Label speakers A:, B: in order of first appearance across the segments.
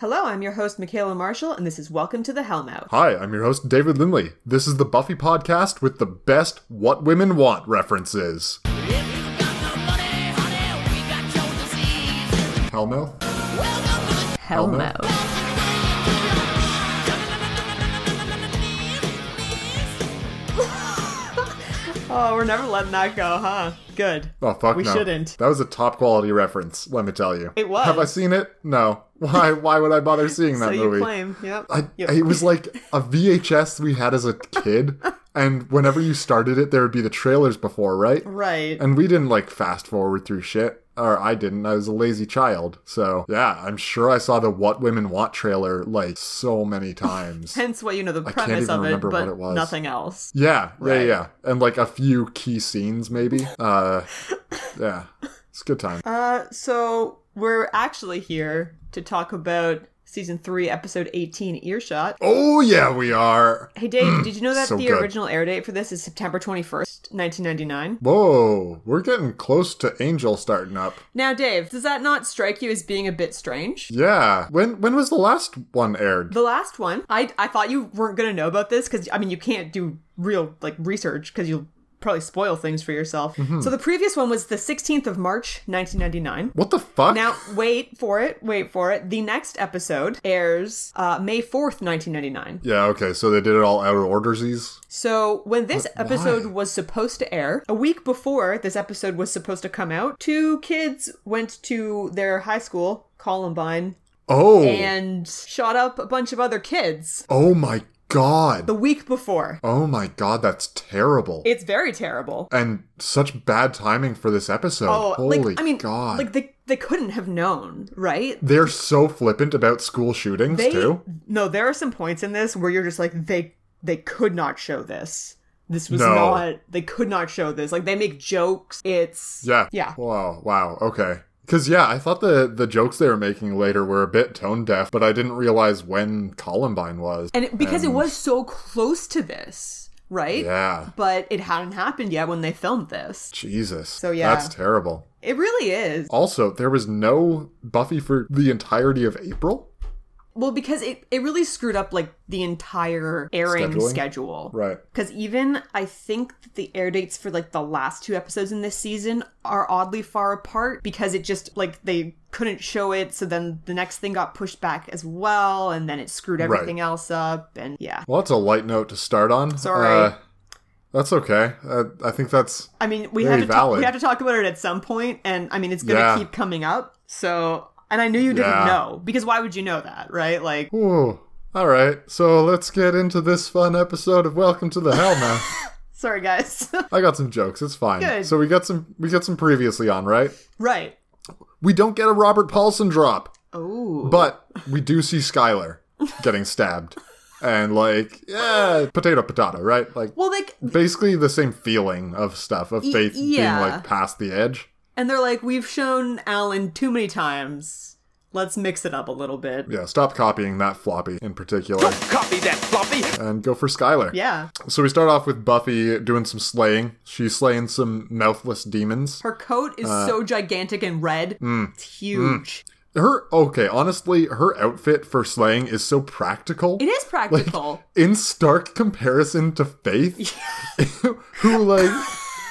A: Hello, I'm your host, Michaela Marshall, and this is Welcome to the Hellmouth.
B: Hi, I'm your host, David Lindley. This is the Buffy podcast with the best What Women Want references.
C: If you got no money, honey, we got your disease.
B: Hellmouth?
C: Welcome to the
B: Hellmouth.
A: Oh, we're never letting that go, huh? Good.
B: Oh, fuck
A: We
B: no.
A: shouldn't.
B: That was a top quality reference, let me tell you.
A: It was.
B: Have I seen it? No. Why Why would I bother seeing
A: So
B: that
A: you
B: movie?
A: claim, yep.
B: I,
A: Yep.
B: It was like a VHS we had as a kid, and whenever you started it, there would be the trailers before, right?
A: right.
B: And we didn't like fast forward through shit. Or I didn't. I was a lazy child. So, yeah, I'm sure I saw the What Women Want trailer like so many times.
A: Hence why you know the
B: can't
A: premise
B: even
A: of it,
B: remember
A: but
B: what it was.
A: nothing else.
B: Yeah, yeah,
A: Right.
B: yeah. And like a few key scenes, maybe. Uh, yeah, it's a good time.
A: Uh, so we're actually here to talk about season three, episode 18, Earshot.
B: oh yeah, we are.
A: Hey, Dave, did you know that
B: So
A: the
B: good.
A: original air date for this is September 21st, 1999?
B: Whoa, we're getting close to Angel starting up.
A: Now, Dave, does that not strike you as being a bit strange?
B: Yeah. When when was the last one aired?
A: The last one, I, I thought you weren't going to know about this because, I mean, you can't do real, like, research because you'll probably spoil things for yourself.
B: Mm-hmm.
A: So the previous one was the 16th of March, 1999.
B: What the fuck?
A: Now, wait for it, wait for it. The next episode airs uh, May 4th, 1999.
B: yeah. Okay. So they did it all out of ordersies.
A: So, when this episode
B: why?
A: was supposed to air, a week before this episode was supposed to come out, two kids went to their high school, Columbine,
B: Oh.
A: and shot up a bunch of other kids
B: oh my god.
A: the week before.
B: Oh my god. That's terrible.
A: It's very terrible.
B: and such bad timing for this episode.
A: Oh,
B: Holy
A: like I mean,
B: god.
A: like they they couldn't have known, right?
B: They're so flippant about school shootings
A: They
B: too.
A: no, there are some points in this where you're just like they they could not show this. This was
B: No.
A: not they could not show this. Like they make jokes. It's
B: Yeah.
A: yeah.
B: Wow. Wow. Okay. Because yeah, I thought the the jokes they were making later were a bit tone deaf, but I didn't realize when Columbine was.
A: and it, because it was so close to this, right?
B: yeah.
A: But it hadn't happened yet when they filmed this.
B: Jesus. So
A: yeah.
B: That's terrible.
A: It really is.
B: Also, there was no Buffy for the entirety of April.
A: Well, because it, it really screwed up like the entire airing
B: Scheduling?
A: schedule.
B: Right.
A: Because even I think that the air dates for like the last two episodes in this season are oddly far apart because it just like they couldn't show it. So then the next thing got pushed back as well. And then it screwed everything else up. And yeah.
B: Well, that's a light note to start on.
A: Sorry.
B: Uh, that's okay. Uh, I think that's
A: I mean, we
B: Very
A: have, to ta-
B: valid.
A: we have to talk about it at some point, And I mean, it's going to
B: Yeah.
A: keep coming up. So, and I knew you didn't
B: Yeah.
A: know because why would you know that? Right. Like,
B: Ooh. All right. So let's get into this fun episode of Welcome to the Hell now.
A: sorry, guys.
B: I got some jokes. It's fine.
A: Good.
B: So we got some we got some previously on, right?
A: right.
B: We don't get a Robert Paulson drop,
A: Oh.
B: but we do see Skylar getting stabbed. And like, yeah, potato potato, right? Like
A: Well, like,
B: basically the same feeling of stuff of
A: Y-
B: faith
A: yeah.
B: being like past the edge.
A: and they're like, we've shown Alan too many times. Let's mix it up a little bit.
B: Yeah, stop copying that floppy in particular
D: Copy that, floppy.
B: and go for Skylar.
A: Yeah.
B: So we start off with Buffy doing some slaying. She's slaying some mouthless demons.
A: Her coat is
B: Uh,
A: so gigantic and red.
B: mm,
A: it's huge.
B: Her okay, honestly, her outfit for slaying is so practical.
A: It is practical.
B: in stark comparison to Faith, who like,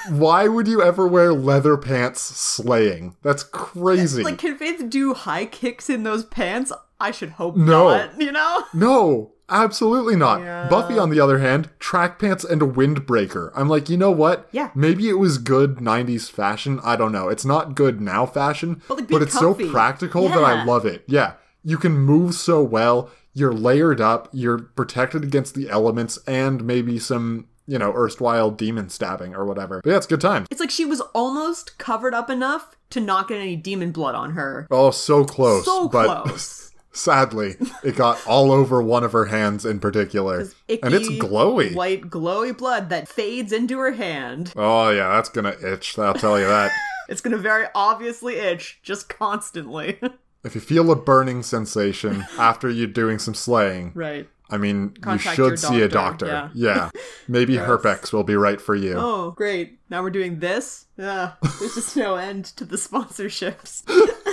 B: why would you ever wear leather pants slaying? That's crazy.
A: like, can Faith do high kicks in those pants? I should hope
B: No.
A: not. You know?
B: no, absolutely not.
A: Yeah.
B: Buffy, on the other hand, track pants and a windbreaker. I'm like, you know what?
A: Yeah.
B: Maybe it was good '90s fashion. I don't know. It's not good now fashion,
A: But, like, be
B: it's so
A: comfy.
B: practical that
A: Yeah.
B: I love it. Yeah, you can move so well. You're layered up. You're protected against the elements and maybe some. You know, erstwhile demon stabbing or whatever. But yeah, it's good time.
A: It's like she was almost covered up enough to not get any demon blood on her.
B: Oh, so close.
A: so
B: but
A: close.
B: sadly, it got all over one of her hands in particular.
A: Icky,
B: and it's glowy.
A: White, glowy blood that fades into her hand.
B: Oh, yeah, that's going to itch. I'll tell you that.
A: It's going to very obviously itch just constantly.
B: if you feel a burning sensation after you're doing some slaying,
A: right.
B: I mean,
A: Contact
B: you
A: your
B: should see a
A: doctor,
B: doctor.
A: yeah.
B: Maybe Herpex will be right for you.
A: Oh, great. Now we're doing this? Yeah. There's just no end to the sponsorships.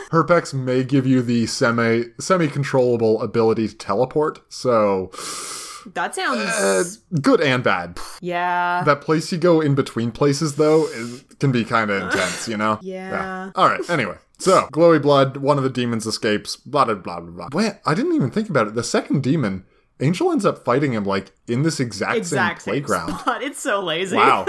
B: Herpex may give you the semi semi controllable ability to teleport, so
A: That sounds.
B: uh, good and bad.
A: yeah.
B: That place you go in between places though is, can be kind of intense, you know.
A: Yeah.
B: All right. Anyway, so glowy blood. One of the demons escapes. Blah blah blah blah. blah. Wait, I didn't even think about it. The second demon, Angel ends up fighting him like in this exact,
A: exact
B: same
A: same
B: playground.
A: spot. It's so lazy.
B: Wow.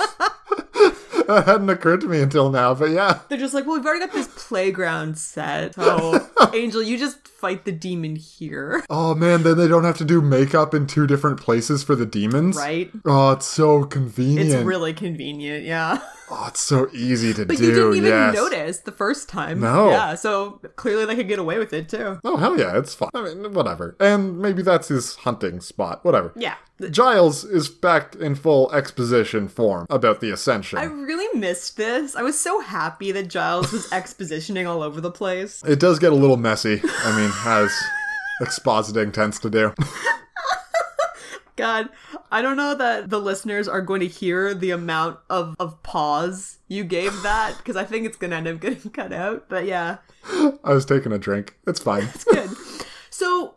B: that hadn't occurred to me until now, but yeah.
A: They're just like, well, we've already got this playground set. So, Angel, you just fight the demon here,
B: Oh man, then they don't have to do makeup in two different places for the demons.
A: right?
B: Oh, it's so convenient.
A: It's really convenient, yeah.
B: oh, it's so easy to
A: But
B: do.
A: you didn't even
B: yes.
A: notice the first time.
B: No.
A: Yeah, so clearly they could get away with it too.
B: Oh hell yeah, it's fun. I mean, whatever. And maybe that's his hunting spot. Whatever.
A: Yeah.
B: Giles is back in full exposition form about the ascension.
A: I really missed this. I was so happy that Giles was expositioning all over the place.
B: It does get a little messy. I mean, as expositing tends to do.
A: God, I don't know that the listeners are going to hear the amount of, of pause you gave that because I think it's going to end up getting cut out. But yeah,
B: I was taking a drink. It's fine.
A: it's good. so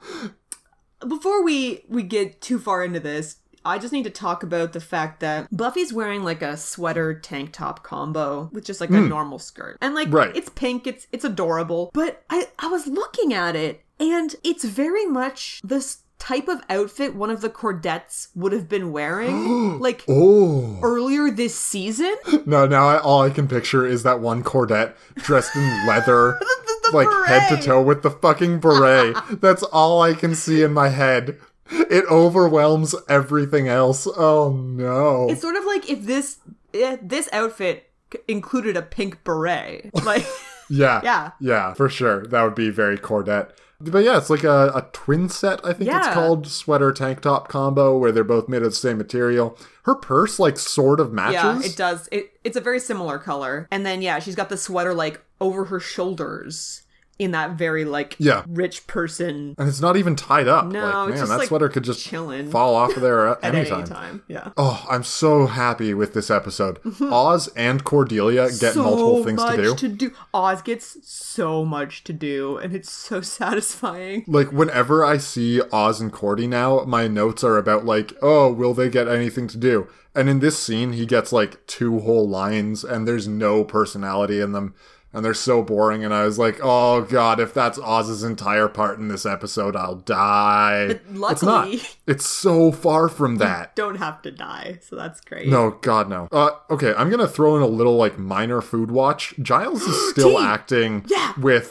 A: before we we get too far into this, I just need to talk about the fact that Buffy's wearing like a sweater tank top combo with just like a normal skirt. And like
B: Hmm. Right.
A: it's pink, it's it's adorable. But I I was looking at it and it's very much this type of outfit one of the cordettes would have been wearing like
B: Oh.
A: earlier this season.
B: No, now I, all I can picture is that one cordette dressed in leather,
A: the
B: like head to
A: beret.
B: toe with the fucking beret. That's all I can see in my head. It overwhelms everything else. Oh no.
A: It's sort of like if this if this outfit c- included a pink beret. Like
B: yeah.
A: yeah.
B: Yeah, for sure. That would be very cordette. But yeah, it's like a, a twin set, I think it's
A: Yeah.
B: called sweater tank top combo, where they're both made of the same material. Her purse, like, sort of
A: Yeah,
B: matches.
A: it does. It it's a very similar color. And then yeah, she's got the sweater like over her shoulders in that very like
B: Yeah.
A: rich person
B: And it's not even tied up.
A: No, it's
B: like, man,
A: just,
B: that
A: like,
B: sweater could just
A: chilling.
B: fall off of there at
A: at
B: any
A: any
B: time.
A: time. Yeah.
B: Oh, I'm so happy with this episode. Oz and Cordelia get multiple things
A: much
B: to do.
A: Oz gets so much to do and it's so satisfying.
B: like whenever I see Oz and Cordy now, my notes are about like, oh, will they get anything to do? And in this scene, he gets like two whole lines, and there's no personality in them, and they're so boring. And I was like, oh god, if that's Oz's entire part in this episode, I'll die.
A: But
B: it's not.
A: luckily-
B: It's so far from that.
A: Don't have to die. So that's great.
B: No, God, no. Uh, okay, I'm gonna throw in a little like minor food watch. Giles is still
A: Tea!
B: acting
A: Yeah.
B: with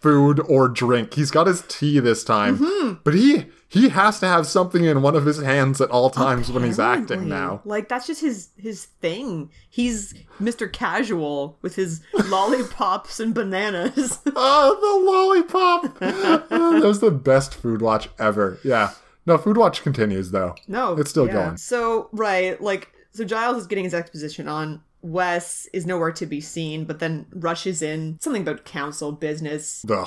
B: food or drink. He's got his tea this time,
A: Mm-hmm.
B: but he he has to have something in one of his hands at all times when he's acting
A: Apparently.
B: now.
A: Like that's just his his thing. He's Mr. Casual with his lollipops and bananas.
B: Oh, the lollipop! Oh, that was the best food watch ever. Yeah. No, food watch continues though.
A: No,
B: It's still
A: yeah.
B: going.
A: So right, like so Giles is getting his exposition on. Wes is nowhere to be seen, but then rushes in something about council business.
B: Ugh.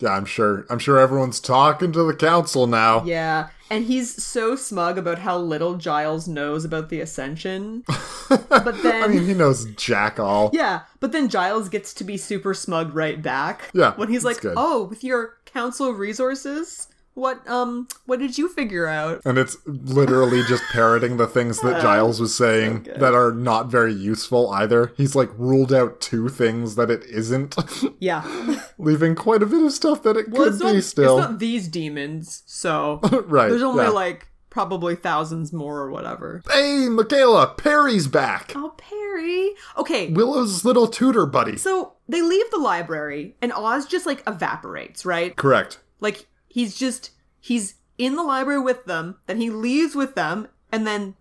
B: Yeah, I'm sure. I'm sure everyone's talking to the council now.
A: Yeah, and he's so smug about how little Giles knows about the ascension. but then
B: I mean, he knows jack all.
A: yeah, but then Giles gets to be super smug right back.
B: Yeah,
A: when he's
B: it's
A: like,
B: good.
A: "Oh, with your council resources, what um what did you figure out?"
B: And it's literally just parroting the things that Giles was saying
A: good.
B: that are not very useful either. He's like ruled out two things that it isn't,
A: Yeah.
B: leaving quite a bit of stuff that it
A: Well,
B: could
A: it's
B: be
A: not,
B: still.
A: it's not these demons, so
B: right.
A: There's only
B: yeah.
A: like probably thousands more or whatever.
B: Hey, Michaela, Perry's back.
A: Oh, Perry. Okay.
B: Willow's little tutor buddy.
A: So they leave the library and Oz just like evaporates, right?
B: Correct.
A: Like he's just he's in the library with them, then he leaves with them, and then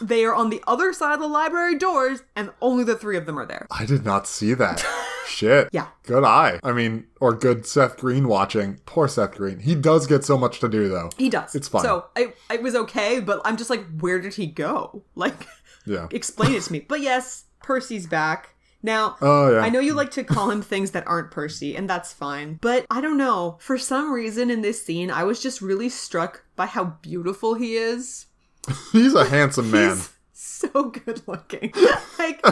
A: they are on the other side of the library doors and only the three of them are there.
B: I did not see that. Shit.
A: Yeah.
B: Good eye. I mean, or good Seth Green watching. Poor Seth Green. He does get so much to do though.
A: He does.
B: It's fine.
A: So I it was okay, but I'm just like where did he go? Like
B: Yeah.
A: explain it to me. But yes, Percy's back. Now,
B: Oh, yeah.
A: I know you like to call him things that aren't Percy, and that's fine. But I don't know. For some reason in this scene, I was just really struck by how beautiful he is.
B: He's a handsome man.
A: He's so good looking. like,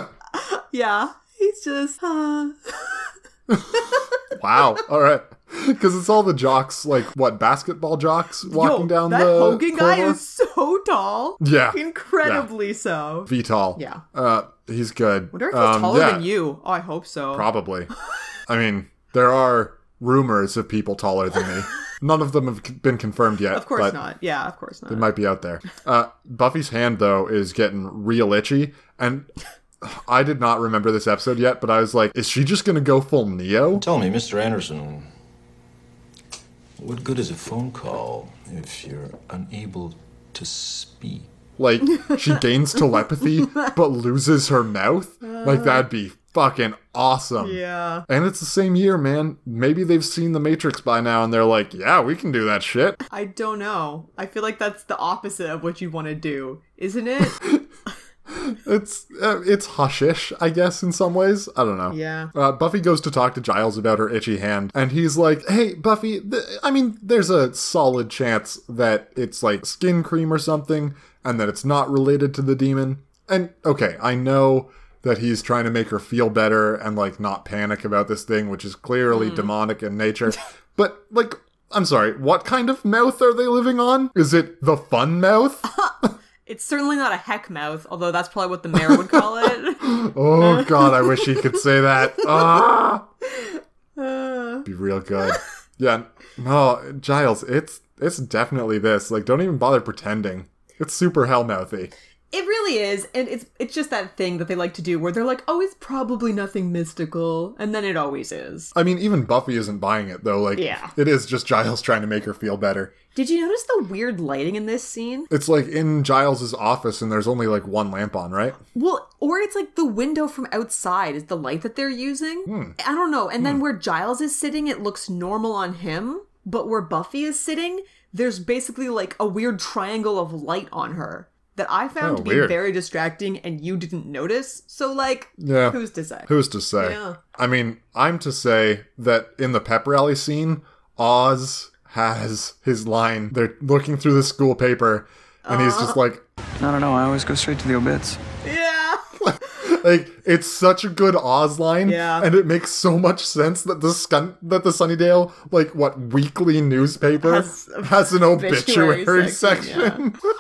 A: yeah, he's just. Uh...
B: Wow. all right. Because it's all the jocks, like what basketball jocks walking
A: Yo,
B: down
A: that
B: the
A: Hogan guy
B: corridor?
A: is so tall.
B: Yeah.
A: Incredibly so.
B: Vital.
A: Yeah.
B: Uh, he's good.
A: wonder if he's
B: Um,
A: taller
B: yeah,
A: than you. Oh, I hope so.
B: Probably. I mean, there are rumors of people taller than me. None of them have c- been confirmed yet.
A: Of course
B: but
A: not. Yeah, of course
B: It
A: not.
B: might be out there. Uh, Buffy's hand, though, is getting real itchy. And I did not remember this episode yet, but I was like, is she just going to go full Neo?
D: Tell me, Mr. Anderson, what good is a phone call if you're unable to speak?
B: Like, she gains telepathy, but loses her mouth? Like, that'd be fucking awesome.
A: Yeah.
B: And it's the same year, man. Maybe they've seen The Matrix by now and they're like, yeah, we can do that shit.
A: I don't know. I feel like that's the opposite of what you want to do, isn't it?
B: It's uh, it's hushish, I guess, in some ways. I don't know.
A: Yeah.
B: Uh, Buffy goes to talk to Giles about her itchy hand, and he's like, "Hey, Buffy. Th- I mean, there's a solid chance that it's like skin cream or something, and that it's not related to the demon." And okay, I know that he's trying to make her feel better and like not panic about this thing, which is clearly demonic in nature. but like, I'm sorry, what kind of mouth are they living on? Is it the fun mouth?
A: It's certainly not a heck mouth, although that's probably what the mayor would call it.
B: Oh God, I wish he could say that. Ah,
A: Uh.
B: be real good. Yeah, no, Giles, it's it's definitely this. Like, don't even bother pretending. It's super hellmouthy.
A: It really is, and it's it's just that thing that they like to do where they're like, "Oh, it's probably nothing mystical," and then it always is.
B: I mean, even Buffy isn't buying it though. Like,
A: Yeah.
B: it is just Giles trying to make her feel better.
A: Did you notice the weird lighting in this scene?
B: It's like in Giles's office, and there's only like one lamp on, right?
A: Well, or it's like the window from outside is the light that they're using.
B: Hmm.
A: I don't know. And then where Giles is sitting, it looks normal on him, but where Buffy is sitting, there's basically like a weird triangle of light on her that I found
B: Oh,
A: to be
B: weird.
A: very distracting and you didn't notice. So like,
B: Yeah.
A: who's to say?
B: Who's to say?
A: Yeah.
B: I mean, I'm to say that in the pep rally scene, Oz has his line. They're looking through the school paper, and he's
A: Uh.
B: just like,
E: I don't know. I always go straight to the obits.
A: yeah.
B: like it's such a good Oz line,
A: Yeah.
B: and it makes so much sense that the scun- that the Sunnydale like what weekly newspaper has,
A: Has-
B: an obituary,
A: obituary
B: section.
A: section,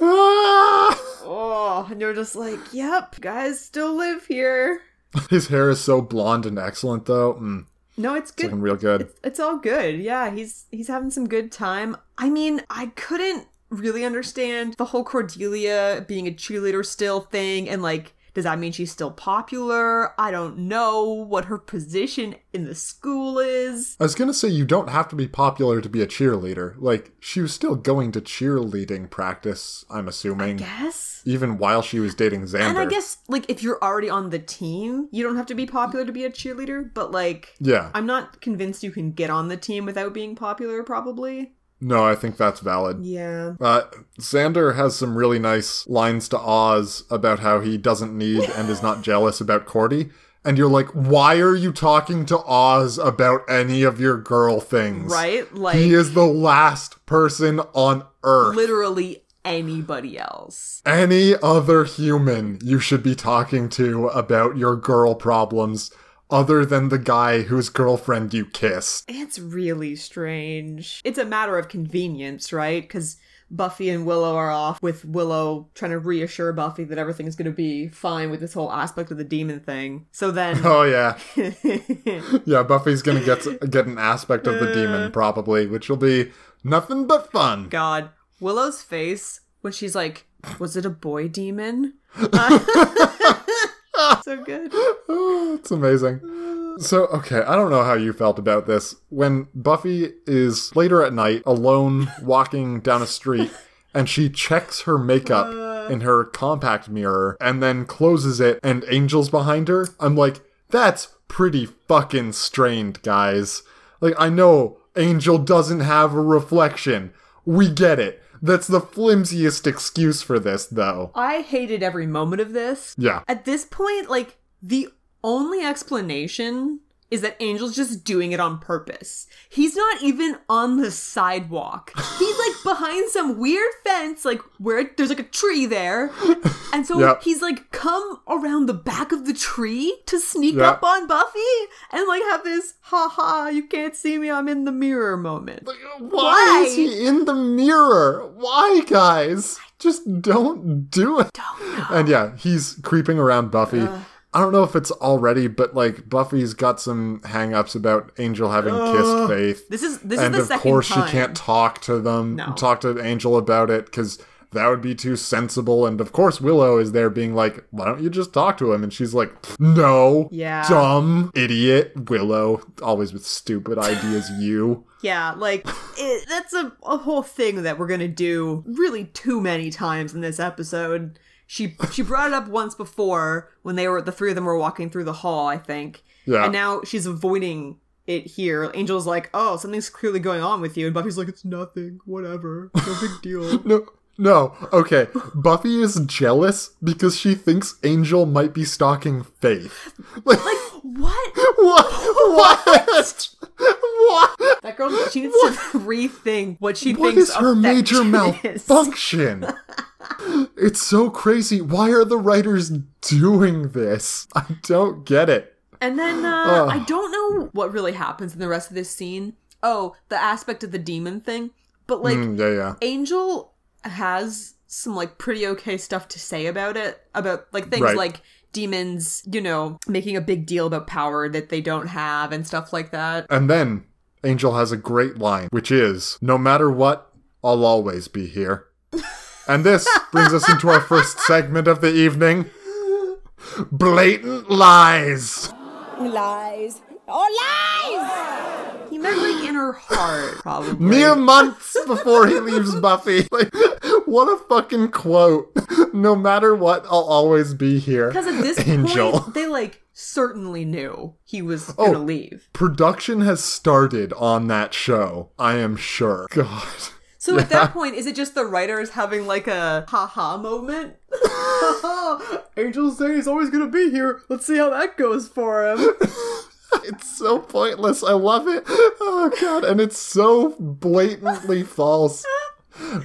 B: Ah!
A: Oh, and you're just like, yep, guys still live here.
B: His hair is so blonde and excellent, though. Mm,
A: No, it's good.
B: looking real good.
A: it's all good. Yeah, he's he's having some good time. I mean, I couldn't really understand the whole Cordelia being a cheerleader still thing and like does that mean she's still popular? I don't know what her position in the school is.
B: I was gonna say you don't have to be popular to be a cheerleader. Like she was still going to cheerleading practice. I'm assuming.
A: Yes.
B: Even while she was dating Xander.
A: And I guess like if you're already on the team, you don't have to be popular to be a cheerleader, but like
B: yeah.
A: I'm not convinced you can get on the team without being popular probably.
B: no, I think that's valid.
A: Yeah.
B: Uh, Xander has some really nice lines to Oz about how he doesn't need and is not jealous about Cordy. And you're like, why are you talking to Oz about any of your girl things?
A: Right? Like
B: He is the last person on earth.
A: literally anybody else.
B: any other human you should be talking to about your girl problems other than the guy whose girlfriend you kissed.
A: It's really strange. It's a matter of convenience, right? Because Buffy and Willow are off with Willow trying to reassure Buffy that everything's going to be fine with this whole aspect of the demon thing. So then.
B: Oh yeah. Yeah, Buffy's gonna get get an aspect of the demon probably, which will be nothing but fun.
A: God. Willow's face when she's like, was it a boy demon? so good.
B: Oh, it's amazing. So, okay, I don't know how you felt about this. When Buffy is later at night alone walking down a street and she checks her makeup in her compact mirror and then closes it and Angel's behind her, I'm like, that's pretty fucking strained, guys. Like, I know Angel doesn't have a reflection. We get it. That's the flimsiest excuse for this, though.
A: I hated every moment of this.
B: Yeah.
A: At this point, like, the only explanation is that Angel's just doing it on purpose. He's not even on the sidewalk. He's like behind some weird fence, like where there's like a tree there. And so
B: Yep.
A: he's like come around the back of the tree to sneak
B: Yeah.
A: up on Buffy and like have this ha ha, you can't see me, I'm in the mirror moment.
B: Why,
A: Why?
B: is he in the mirror? Why, guys? Just don't do it. And yeah, he's creeping around Buffy. I don't know if it's already, but like Buffy's got some hangups about Angel having kissed Faith.
A: This is this
B: and
A: is the
B: of
A: second
B: course
A: time.
B: she can't talk to them
A: No.
B: talk to angel about it because that would be too sensible and of course willow is there being like why don't you just talk to him and she's like no
A: Yeah.
B: dumb idiot willow always with stupid ideas you
A: Yeah, like it, that's a, a whole thing that we're gonna do really too many times in this episode. She she brought it up once before when they were the three of them were walking through the hall, I think.
B: Yeah.
A: And now she's avoiding it here. Angel's like, "Oh, something's clearly going on with you," and Buffy's like, "It's nothing, whatever, no big deal."
B: no no okay buffy is jealous because she thinks angel might be stalking faith like,
A: what?
B: what what what
A: That girl she needs to rethink what she
B: What
A: thinks
B: is her major
A: affection is.
B: malfunction? it's so crazy. Why are the writers doing this? I don't get it.
A: And then uh, I don't know what really happens in the rest of this scene. Oh, the aspect of the demon thing. But like
B: Mm, yeah, yeah.
A: Angel has some like pretty okay stuff to say about it about like things
B: Right.
A: like demons, you know, making a big deal about power that they don't have and stuff like that.
B: And then Angel has a great line, which is No matter what, I'll always be here. And this brings us into our first segment of the evening Blatant Lies.
F: Lies. Oh,
B: Uh,
A: He meant like in her heart, probably.
B: Mere months before he leaves Buffy. Like, what a fucking quote. No matter what, I'll always be here.
A: because at this
B: Angel. Oh.
A: point they like certainly knew he was gonna leave.
B: Production has started on that show, I am sure. God.
A: So at that point, is it just the writers having like a haha moment? Angel's saying he's always gonna be here. Let's see how that goes for him.
B: It's so pointless. I love it. Oh, God. And it's so blatantly false.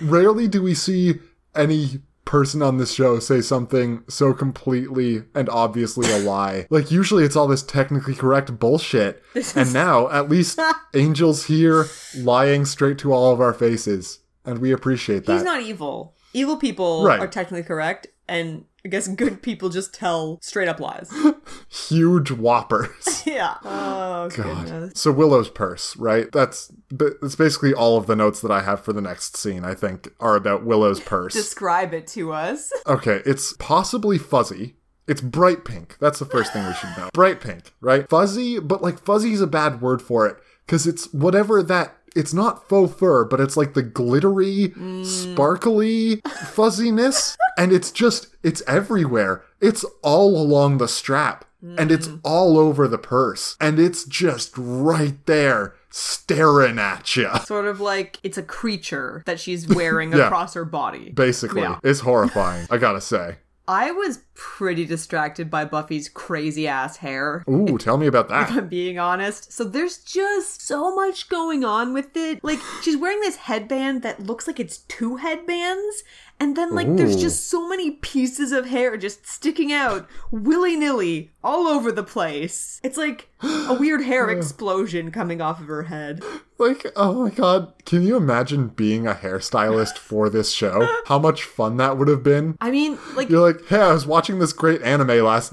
B: Rarely do we see any person on this show say something so completely and obviously a lie. Like, usually it's all this technically correct bullshit. And now, at least, Angel's here lying straight to all of our faces. And we appreciate that.
A: He's not evil. Evil people
B: Right.
A: are technically correct, and I guess good people just tell straight up lies.
B: Huge whoppers.
A: yeah. Oh
B: God.
A: goodness.
B: So Willow's purse, right? That's ba- that's basically all of the notes that I have for the next scene. I think are about Willow's purse.
A: Describe it to us.
B: okay, it's possibly fuzzy. It's bright pink. That's the first thing we should know. Bright pink, right? Fuzzy, but like fuzzy is a bad word for it because it's whatever that. It's not faux fur, but it's like the glittery, sparkly fuzziness, and it's just it's everywhere. It's all along the strap and it's all over the purse and it's just right there staring at you
A: Sort of like it's a creature that she's wearing
B: Yeah.
A: across her body.
B: basically
A: Yeah.
B: it's horrifying i gotta say
A: I was pretty distracted by Buffy's crazy ass hair.
B: ooh tell me about that
A: I'm being honest. So there's just so much going on with it. Like she's wearing this headband that looks like it's two headbands, and then like there's
B: Ooh.
A: just so many pieces of hair just sticking out willy nilly all over the place. It's like a weird hair explosion coming off of her head.
B: like oh my god can you imagine being a hairstylist for this show how much fun that would have been
A: I mean, like
B: you're like hey i was watching this great anime last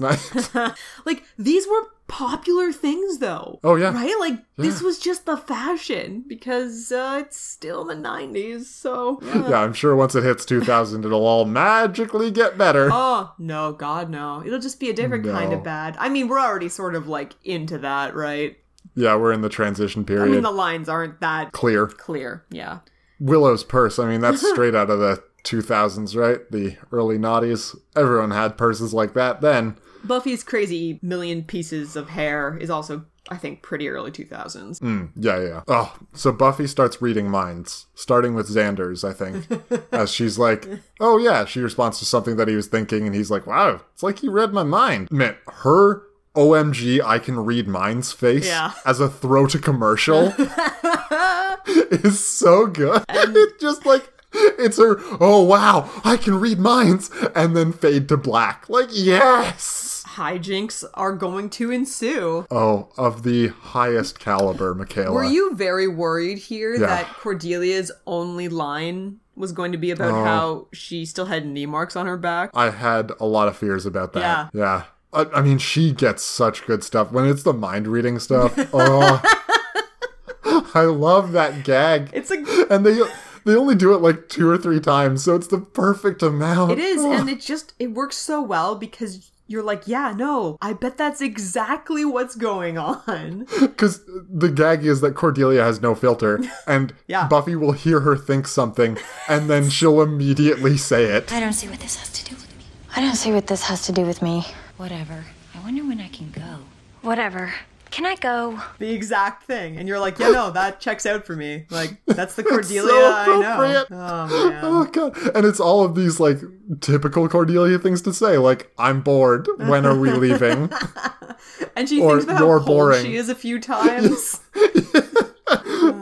B: night
A: like these were popular things though.
B: Oh, yeah.
A: Right? Like this was just the fashion because uh, it's still the 90s, so yeah.
B: yeah i'm sure once it hits 2000 it'll all magically get better
A: Oh no, God no! It'll just be a different kind
B: No.
A: of bad. I mean, we're already sort of like into that, right?
B: yeah we're in the transition
A: I
B: period
A: mean, the lines aren't that
B: clear
A: clear. Yeah,
B: Willow's purse. I mean, that's straight out of the 2000s, right? The early noughties. Everyone had purses like that then.
A: Buffy's crazy million pieces of hair is also, I think, pretty early two thousands.
B: Yeah, yeah. yeah. Oh, so Buffy starts reading minds, starting with Xander's, I think, as she's like, "Oh yeah," she responds to something that he was thinking, and he's like, "Wow, it's like he read my mind." Meant her OMG, I can read minds face
A: Yeah.
B: as a throw to commercial is so good. It's just like it's her, oh wow, I can read minds, and then fade to black. Like, yes.
A: Hijinks are going to ensue.
B: Oh, of the highest caliber, Michaela.
A: Were you very worried here
B: Yeah.
A: that Cordelia's only line was going to be about how she still had knee marks on her back?
B: I had a lot of fears about that. Yeah. Yeah. I, I mean, she gets such good stuff when it's the mind reading stuff. Oh, I love that gag.
A: It's a
B: and they they only do it like two or three times, so it's the perfect amount.
A: It is, and it just it works so well because you're like, yeah, no, I bet that's exactly what's going on.
B: because the gag is that Cordelia has no filter, and
A: Yeah.
B: Buffy will hear her think something, and then she'll immediately say it.
G: I don't see what this has to do with me.
H: I don't see what this has to do with me.
G: Whatever. I wonder when I can go.
H: Whatever. Can I go?
A: The exact thing, and you're like, yeah, no, that checks out for me. Like that's the Cordelia
B: so
A: I know.
B: appropriate.
A: Oh man.
B: Oh god! And it's all of these like typical Cordelia things to say, like "I'm bored. When are we leaving?"
A: And she
B: Or
A: thinks about how
B: you're
A: cold
B: boring.
A: she is a few times.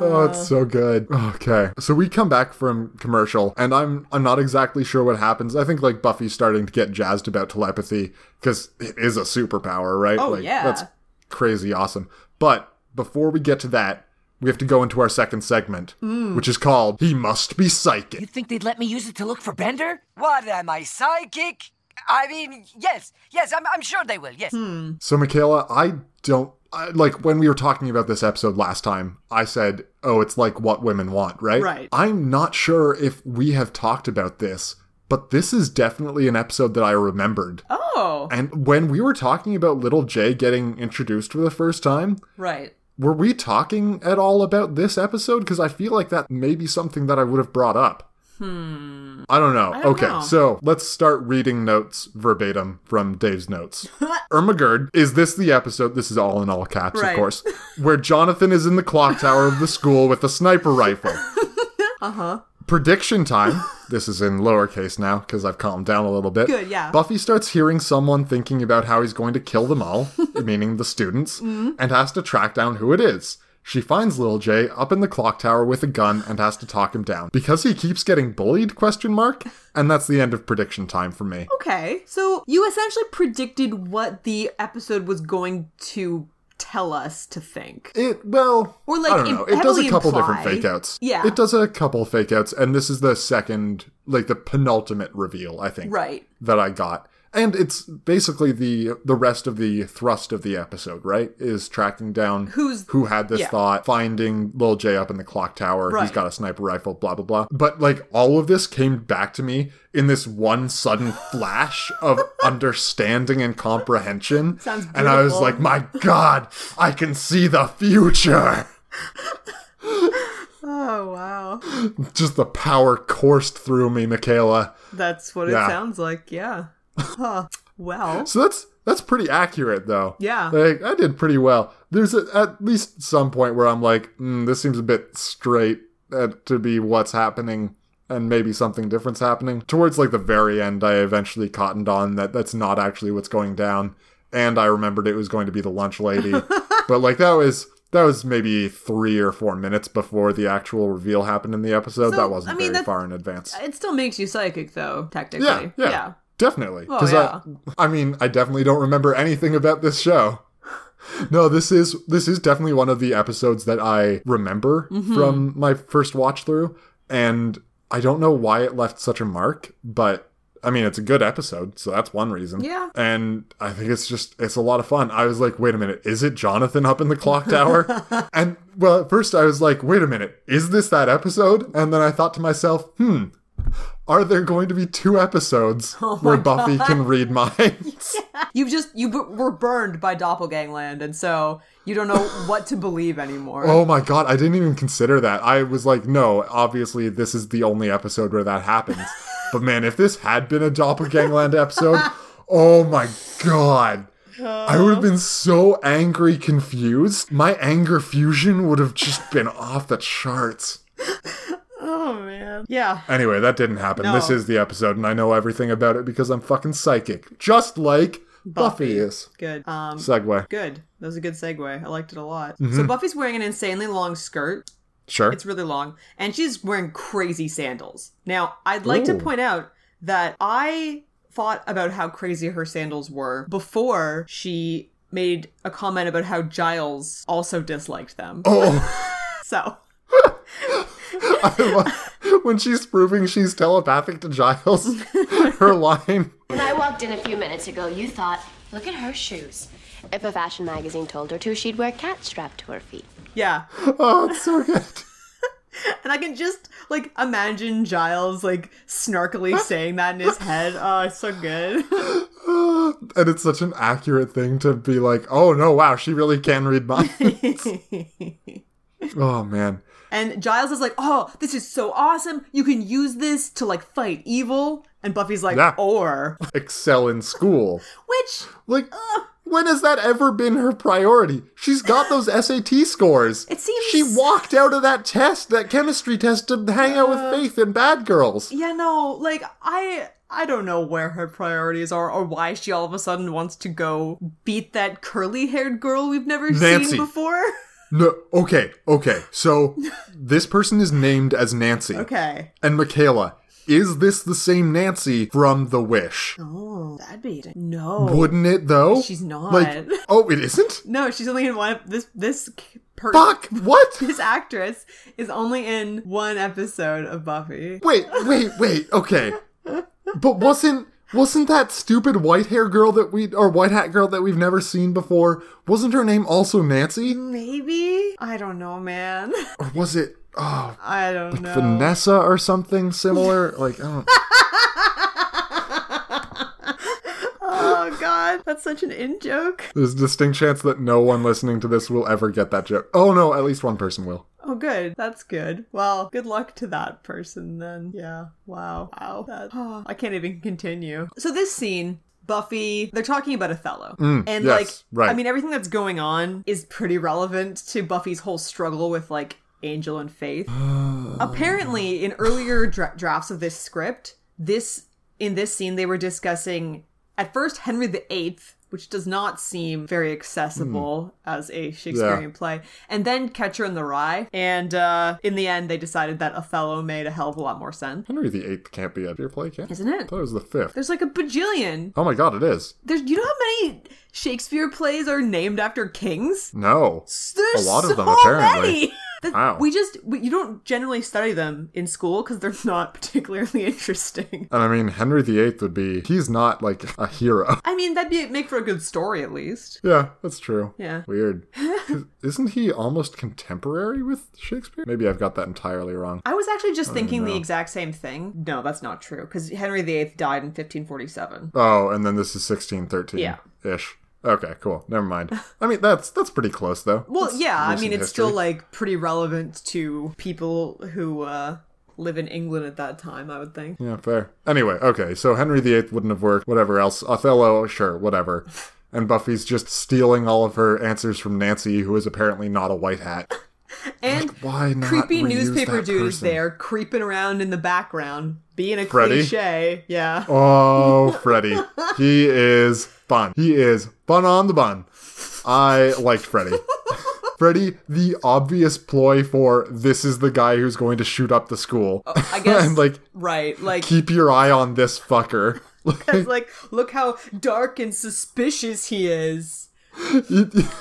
B: Oh, it's so good. Okay. So we come back from commercial and I'm I'm not exactly sure what happens. I think like Buffy's starting to get jazzed about telepathy cuz it is a superpower, right?
A: Oh,
B: like
A: yeah.
B: that's crazy awesome. But before we get to that, we have to go into our second segment,
A: Mm.
B: which is called He Must Be Psychic.
I: Think they'd let me use it to look for Bender?
J: What am I psychic? I mean, yes, yes, I'm, I'm sure they will. Yes.
B: So Michaela, I don't I, like when we were talking about this episode last time, I said, "Oh, it's like what women want, right?"
A: Right.
B: I'm not sure if we have talked about this, but this is definitely an episode that I remembered.
A: oh,
B: And when we were talking about little Jay getting introduced for the first time,
A: right.
B: were we talking at all about this episode because I feel like that may be something that I would have brought up. Hmm. I don't know.
A: don't
B: okay,
A: know.
B: so let's start reading notes verbatim from Dave's notes. Irma Gerd, is this the episode? This is all in all caps,
A: Right.
B: of course, where Jonathan is in the clock tower of the school with a sniper rifle. uh huh.
A: Uh-huh.
B: Prediction time. This is in lowercase now because I've calmed down a little bit.
A: Good, yeah.
B: Buffy starts hearing someone thinking about how he's going to kill them all, meaning the students,
A: Mm-hmm.
B: and has to track down who it is. She finds Lil Jay up in the clock tower with a gun and has to talk him down because he keeps getting bullied? Question mark. And that's the end of prediction time for me.
A: Okay. So you essentially predicted what the episode was going to tell us to think.
B: It well,
A: Or, like,
B: I don't know. It does
A: heavily
B: a couple different
A: imply.
B: fake outs.
A: Yeah.
B: it does a couple fake outs, and this is the second, like the penultimate reveal, I think.
A: Right.
B: that I got. And it's basically the the rest of the thrust of the episode, right? Is tracking down
A: Who's-
B: who had this
A: yeah.
B: thought, finding Lil J up in the clock tower. He's
A: Right.
B: got a sniper rifle, blah blah blah. But like all of this came back to me in this one sudden flash of understanding and comprehension.
A: Sounds
B: and I was
A: beautiful.
B: like, my God, I can see the future.
A: Oh wow.
B: Just the power coursed through me, Michaela.
A: That's what
B: Yeah.
A: it sounds like. Yeah. Huh. Well.
B: So that's that's pretty accurate though.
A: Yeah.
B: Like I did pretty well. There's a, at least some point where I'm like, mm, this seems a bit straight uh, to be what's happening and maybe something different's happening. Towards like the very end I eventually cottoned on that that's not actually what's going down and I remembered it was going to be the lunch lady. but like that was that was maybe 3 or 4 minutes before the actual reveal happened in the episode.
A: So,
B: that wasn't
A: I mean,
B: very
A: that's-
B: far in advance.
A: It still makes you psychic, though, technically.
B: Yeah, yeah, definitely. Because
A: yeah.
B: I, I mean, I definitely don't remember anything about this show. No, this is this is definitely one of the episodes that I remember from my first watch through, and I don't know why it left such a mark, but I mean, it's a good episode, so that's one reason.
A: Yeah.
B: and I think it's just it's a lot of fun. I was like, wait a minute, is it Jonathan up in the clock tower? and well, at first I was like, wait a minute, is this that episode? And then I thought to myself, hmm, are there going to be two episodes where Buffy can read minds?
A: You've just, you b- were burned by Doppelgangland, and so you don't know what to believe anymore.
B: Oh my god, I didn't even consider that. I was like, no, obviously this is the only episode where that happens. but man, if this had been a Doppelgangland episode, oh my god. I would have been so angry confused. My anger fusion would have just been off the charts.
A: Yeah.
B: Anyway, that didn't happen. This is the episode, and I know everything about it because I'm fucking psychic. Just like Buffy, is.
A: Good. Um,
B: Segue.
A: good. That was a good segue. I liked it a lot.
B: Mm-hmm.
A: So Buffy's wearing an insanely long skirt.
B: Sure.
A: It's really long, and she's wearing crazy sandals. Now, I'd like to
B: Ooh.
A: point out that I thought about how crazy her sandals were before she made a comment about how Giles also disliked them.
B: oh,
A: So,
B: when she's proving she's telepathic to Giles, her line.
H: When I walked in a few minutes ago, you thought, look at her shoes. If a fashion magazine told her to, she'd wear cat strapped to her feet.
A: yeah.
B: Oh, it's so good.
A: And I can just like imagine Giles like snarkily saying that in his head. Oh, it's so good.
B: And it's such an accurate thing to be like, oh no, wow, she really can read minds. oh man.
A: And Giles is like, "Oh, this is so awesome. You can use this to like fight evil." And Buffy's like,
B: Yeah.
A: "Or."
B: Excel in school.
A: Which
B: Like, when has that ever been her priority? She's got those SAT scores.
A: It seems-
B: She walked out of that test, that chemistry test, to hang out
A: Uh.
B: with Faith and Bad Girls.
A: yeah, no, like I I don't know where her priorities are or why she all of a sudden wants to go beat that curly-haired girl we've never
B: Nancy.
A: seen before.
B: No, okay, okay. So, this person is named as Nancy.
A: okay.
B: And Michaela, is this the same Nancy from The Wish?
A: Oh, that'd be no.
B: Wouldn't it though?
A: Oh, She's not.
B: Like, oh, it isn't?
A: no, she's only in one ep- this this per-
B: Fuck, what?
A: this actress is only in one episode of Buffy.
B: Wait, wait, wait. Okay. But wasn't wasn't that stupid white hair girl that we or white hat girl that we've never seen before? Wasn't her name also Nancy?
A: Maybe? I don't know, man.
B: Or was it oh,
A: I don't know.
B: Vanessa or something similar? Like, I don't
A: Oh god, that's such an in joke.
B: There's a distinct chance that no one listening to this will ever get that joke. Oh no, at least one person will.
A: Oh good, that's good. Well, good luck to that person then. Yeah. Wow. Wow. That, I can't even continue. So this scene Buffy, they're talking about Othello. and
B: Mm, yes,
A: like
B: right.
A: I mean everything that's going on is pretty relevant to Buffy's whole struggle with like Angel and Faith. Apparently, in earlier dra- drafts of this script, this in this scene they were discussing at first Henry VIII, which does not seem very accessible
B: Hmm.
A: as a Shakespearean play, and then Catcher in the Rye. And uh, in the end, they decided that Othello made a hell of a lot more sense,
B: Henry the Eighth can't be a beer play, can
A: isn't
B: I
A: it?
B: thought it was the fifth.
A: There's like a bajillion.
B: Oh my god, it is.
A: There's, you know how many Shakespeare plays are named after kings?
B: No.
A: There's
B: A lot of
A: so
B: them, apparently.
A: many. That-
B: Wow.
A: We just we, you don't generally study them in school because they're not particularly interesting.
B: And I mean Henry the Eighth would be he's not like a hero.
A: I mean, that'd be make for a good story at least.
B: Yeah, that's true.
A: Yeah.
B: Weird. Isn't he almost contemporary with Shakespeare? Maybe I've got that entirely wrong.
A: I was actually
B: Oh,
A: just thinking the exact same thing. No, that's not true because Henry VIII died in 1547.
B: Oh, and then this is 1613
A: Yeah.
B: ish. Okay, cool. Never mind. I mean, that's that's pretty close though.
A: Well,
B: That's
A: yeah, I mean,
B: recent
A: it's
B: history.
A: still like pretty relevant to people who uh, live in England at that time. I would think.
B: Yeah, fair. Anyway, okay, so Henry VIII wouldn't have worked. Whatever else, Othello, sure, whatever. And Buffy's just stealing all of her answers from Nancy, who is apparently not a white hat.
A: And
B: Why not
A: creepy
B: reuse
A: newspaper
B: that
A: dude is
B: person?
A: there creeping around in the background, being a
B: Freddy?
A: cliche. Yeah.
B: Oh, Freddy. He is fun. He is fun on the bun. I liked Freddy. Freddy, the obvious ploy for this is the guy who's going to shoot up the school.
A: Oh, I guess.
B: and like,
A: right. Like.
B: keep your eye on this fucker.
A: It's like, look how dark and suspicious he is.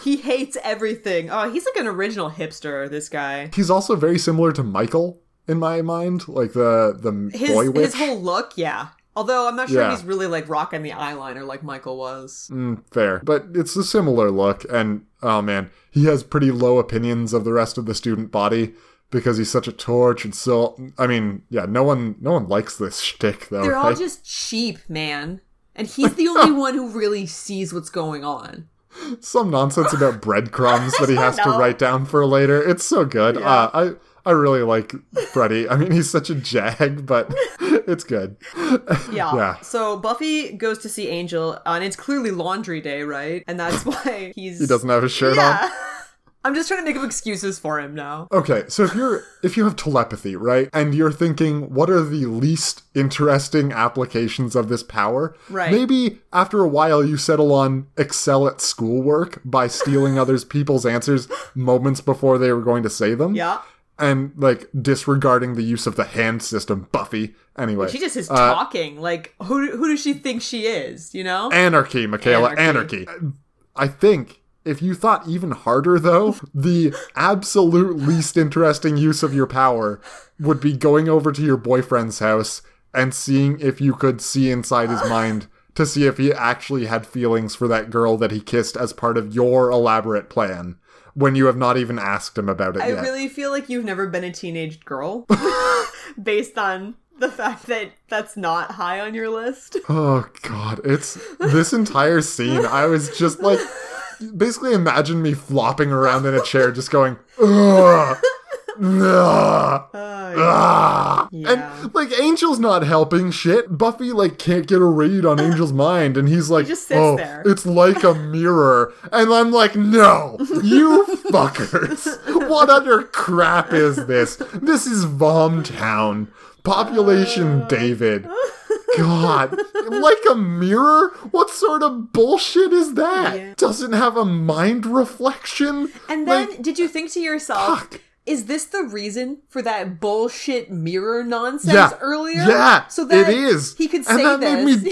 A: he hates everything. Oh, he's like an original hipster, this guy.
B: He's also very similar to Michael in my mind, like the the
A: His
B: boy witch.
A: his whole look, yeah. Although I'm not sure
B: Yeah. Mm,
A: if he's really like rocking the eyeliner like Michael was.
B: Fair, but it's a similar look, and oh man, he has pretty low opinions of the rest of the student body because he's such a torch and so. I mean, yeah, no one, no one likes this shtick though.
A: They're all
B: right?
A: just cheap, man. And he's the only one who really sees what's going on.
B: Some nonsense about breadcrumbs that he has to
A: know.
B: write down for later. It's so good. Uh, I I really like Freddy. I mean, he's such a jag, but it's good.
A: Yeah.
B: Yeah.
A: So Buffy goes to see Angel, uh, and it's clearly laundry day, right? And that's why he's
B: He doesn't have his shirt on.
A: I'm just trying to make up excuses for him now.
B: Okay, so if you're if you have telepathy, right, and you're thinking what are the least interesting applications of this power,
A: Right.
B: Maybe after a while you settle on excel at schoolwork by stealing others people's answers moments before they were going to say them.
A: Yeah.
B: And like disregarding the use of the hand system, Buffy. Anyway,
A: She just is
B: uh,
A: talking. Like, who who does she think she is? You know?
B: anarchy, Michaela,
A: Anarchy.
B: anarchy. I think if you thought even harder, though, the absolute least interesting use of your power would be going over to your boyfriend's house and seeing if you could see inside his mind to see if he actually had feelings for that girl that he kissed as part of your elaborate plan when you have not even asked him about it
A: I
B: yet.
A: really feel like you've never been a teenage girl, based on the fact that that's not high on your list.
B: Oh god, it's this entire scene. I was just like basically imagine me flopping around in a chair just going Ugh, ugh, ugh."
A: yeah.
B: And like Angel's not helping shit. Buffy like can't get a read on Angel's mind and he's like
A: just sits
B: oh,
A: there."
B: it's like a mirror. And I'm like, "No, you fuckers. What other crap is this? This is Vom Town. Population David. God, like a mirror? What sort of bullshit is that? Doesn't have a mind reflection?
A: And then,
B: Like,
A: did you think to yourself,
B: fuck.
A: is this the reason for that bullshit mirror nonsense
B: yeah,
A: earlier?
B: Yeah,
A: so that
B: it is.
A: He could
B: and
A: say
B: that
A: this.
B: made me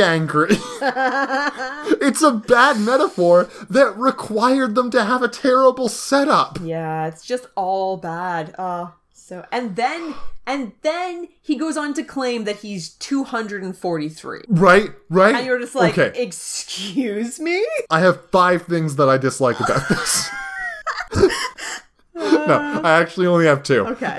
B: angry. it's a bad metaphor that required them to have a terrible setup.
A: yeah, it's just all bad. Uh so and then and then he goes on to claim that he's 243.
B: Right, right.
A: And you're just like,
B: okay.
A: excuse me?
B: I have five things that I dislike about this. no, I actually only have two.
A: Okay.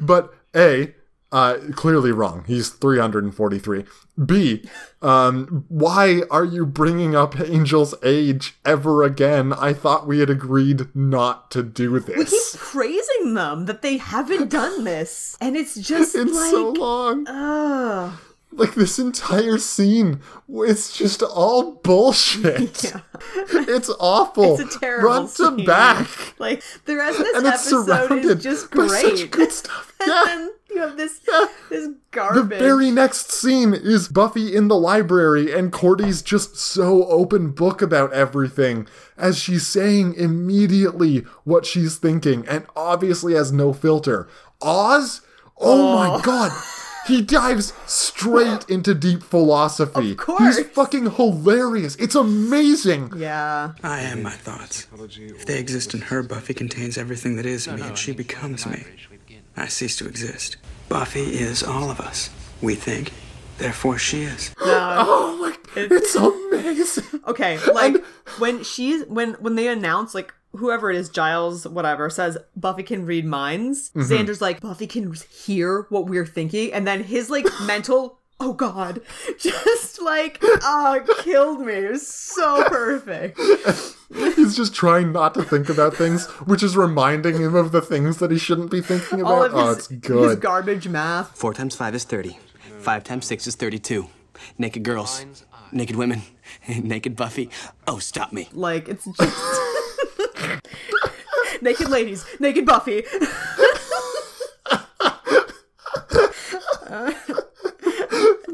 B: But A, uh, clearly wrong. He's 343. B, um, why are you bringing up Angel's age ever again? I thought we had agreed not to do
A: we keep
B: this.
A: praising them that they haven't done this. And it's just
B: It's
A: like uh,
B: so long.
A: ugh.
B: Like this entire scene, it's just all bullshit. It's awful.
A: It's a terrible
B: Oh, Run to
A: scene.
B: back.
A: Like the rest of this
B: and it's
A: episode
B: surrounded
A: is just
B: by
A: great.
B: such good stuff.
A: and
B: Yeah.
A: then you have this this
B: The
A: garbage.
B: very next scene is Buffy in the library, and Cordy's just so open book about everything as she's saying immediately what she's thinking, and obviously has no filter. Oz? Oh, my god. He dives straight into deep philosophy. Of
A: course.
B: He's fucking hilarious. It's amazing.
A: yeah.
E: I am my thoughts. If they exist in her, Buffy contains everything that is me, and she becomes me. I cease to exist. Buffy is all of us. We think, therefore she is.
B: Oh my It's amazing.
A: Okay. Like when she's when when they announce like whoever it is, Giles, whatever, says Buffy can read minds.
B: Mm-hmm.
A: Xander's like Buffy can hear what we're thinking, and then his like mental. Oh God! Just like ah, killed me. It was so perfect.
B: Oh, He's just trying not to think about things, which is reminding him of the things that he shouldn't be thinking about.
A: All of
B: oh,
A: his,
B: it's good.
A: his garbage math.
I: Four times five is 30. Five times six is 32. Naked girls. Naked women. Naked Buffy. Oh, stop me.
A: Like it's just naked ladies, naked Buffy.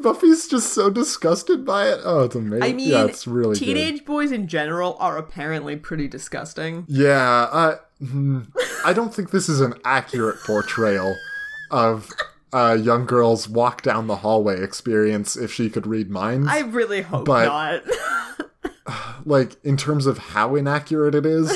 B: Buffy's just so disgusted by it. Oh, it's amazing.
A: I mean,
B: yeah, it's really good.
A: teenage boys in general are apparently pretty disgusting.
B: Yeah, uh, hmm. I don't think this is an accurate portrayal of a young girl's walk down the hallway experience if she could read minds.
A: I really hope
B: But-
A: not.
B: Like, in terms of how inaccurate it is,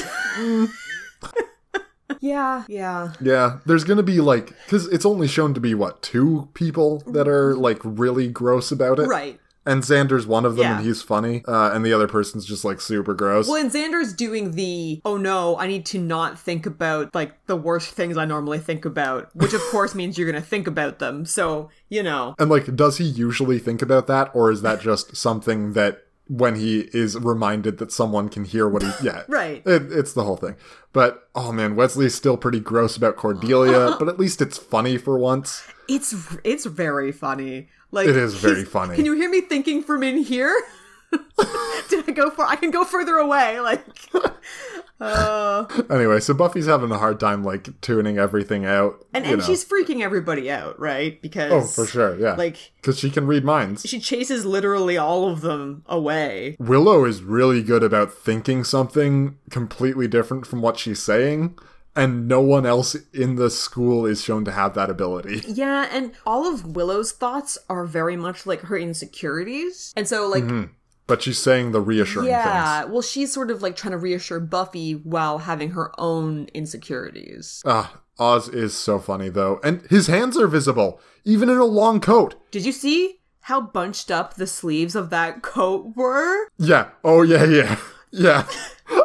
A: yeah, yeah.
B: Yeah, there's gonna be like, because it's only shown to be what two people that are like really gross about it,
A: Mm-hmm. Right.
B: And Xander's one of them,
A: Yeah.
B: and he's funny, uh, and the other person's just like super gross.
A: Well, and Xander's doing the oh no, I need to not think about like the worst things I normally think about, which of course means you're gonna think about them. So you know,
B: And like, does he usually think about that, or is that just something that when he is reminded that someone can hear what he? Yeah,
A: Right.
B: It, it's the whole thing. But oh man, Wesley's still pretty gross about Cordelia, but at least it's funny for once.
A: it's it's very funny. Like
B: It is very
A: he's-
B: funny.
A: Can you hear me thinking from in here? Did I go far? I can go further away. Like, uh,
B: Anyway, so Buffy's having a hard time like tuning everything out.
A: and
B: you
A: and
B: know.
A: she's freaking everybody out, right? Because
B: oh for sure, yeah,
A: like-
B: because she can read minds.
A: she chases literally all of them away.
B: Willow is really good about thinking something completely different from what she's saying, and no one else in the school is shown to have that ability.
A: Yeah, and all of Willow's thoughts are very much like her insecurities, and so like
B: Mm-hmm. But she's saying the reassuring
A: yeah,
B: things.
A: well, she's sort of like trying to reassure Buffy while having her own insecurities.
B: Ah, Oz is so funny though, and his hands are visible, even in a long coat.
A: Did you see how bunched up the sleeves of that coat were?
B: Yeah. Oh yeah, yeah, yeah.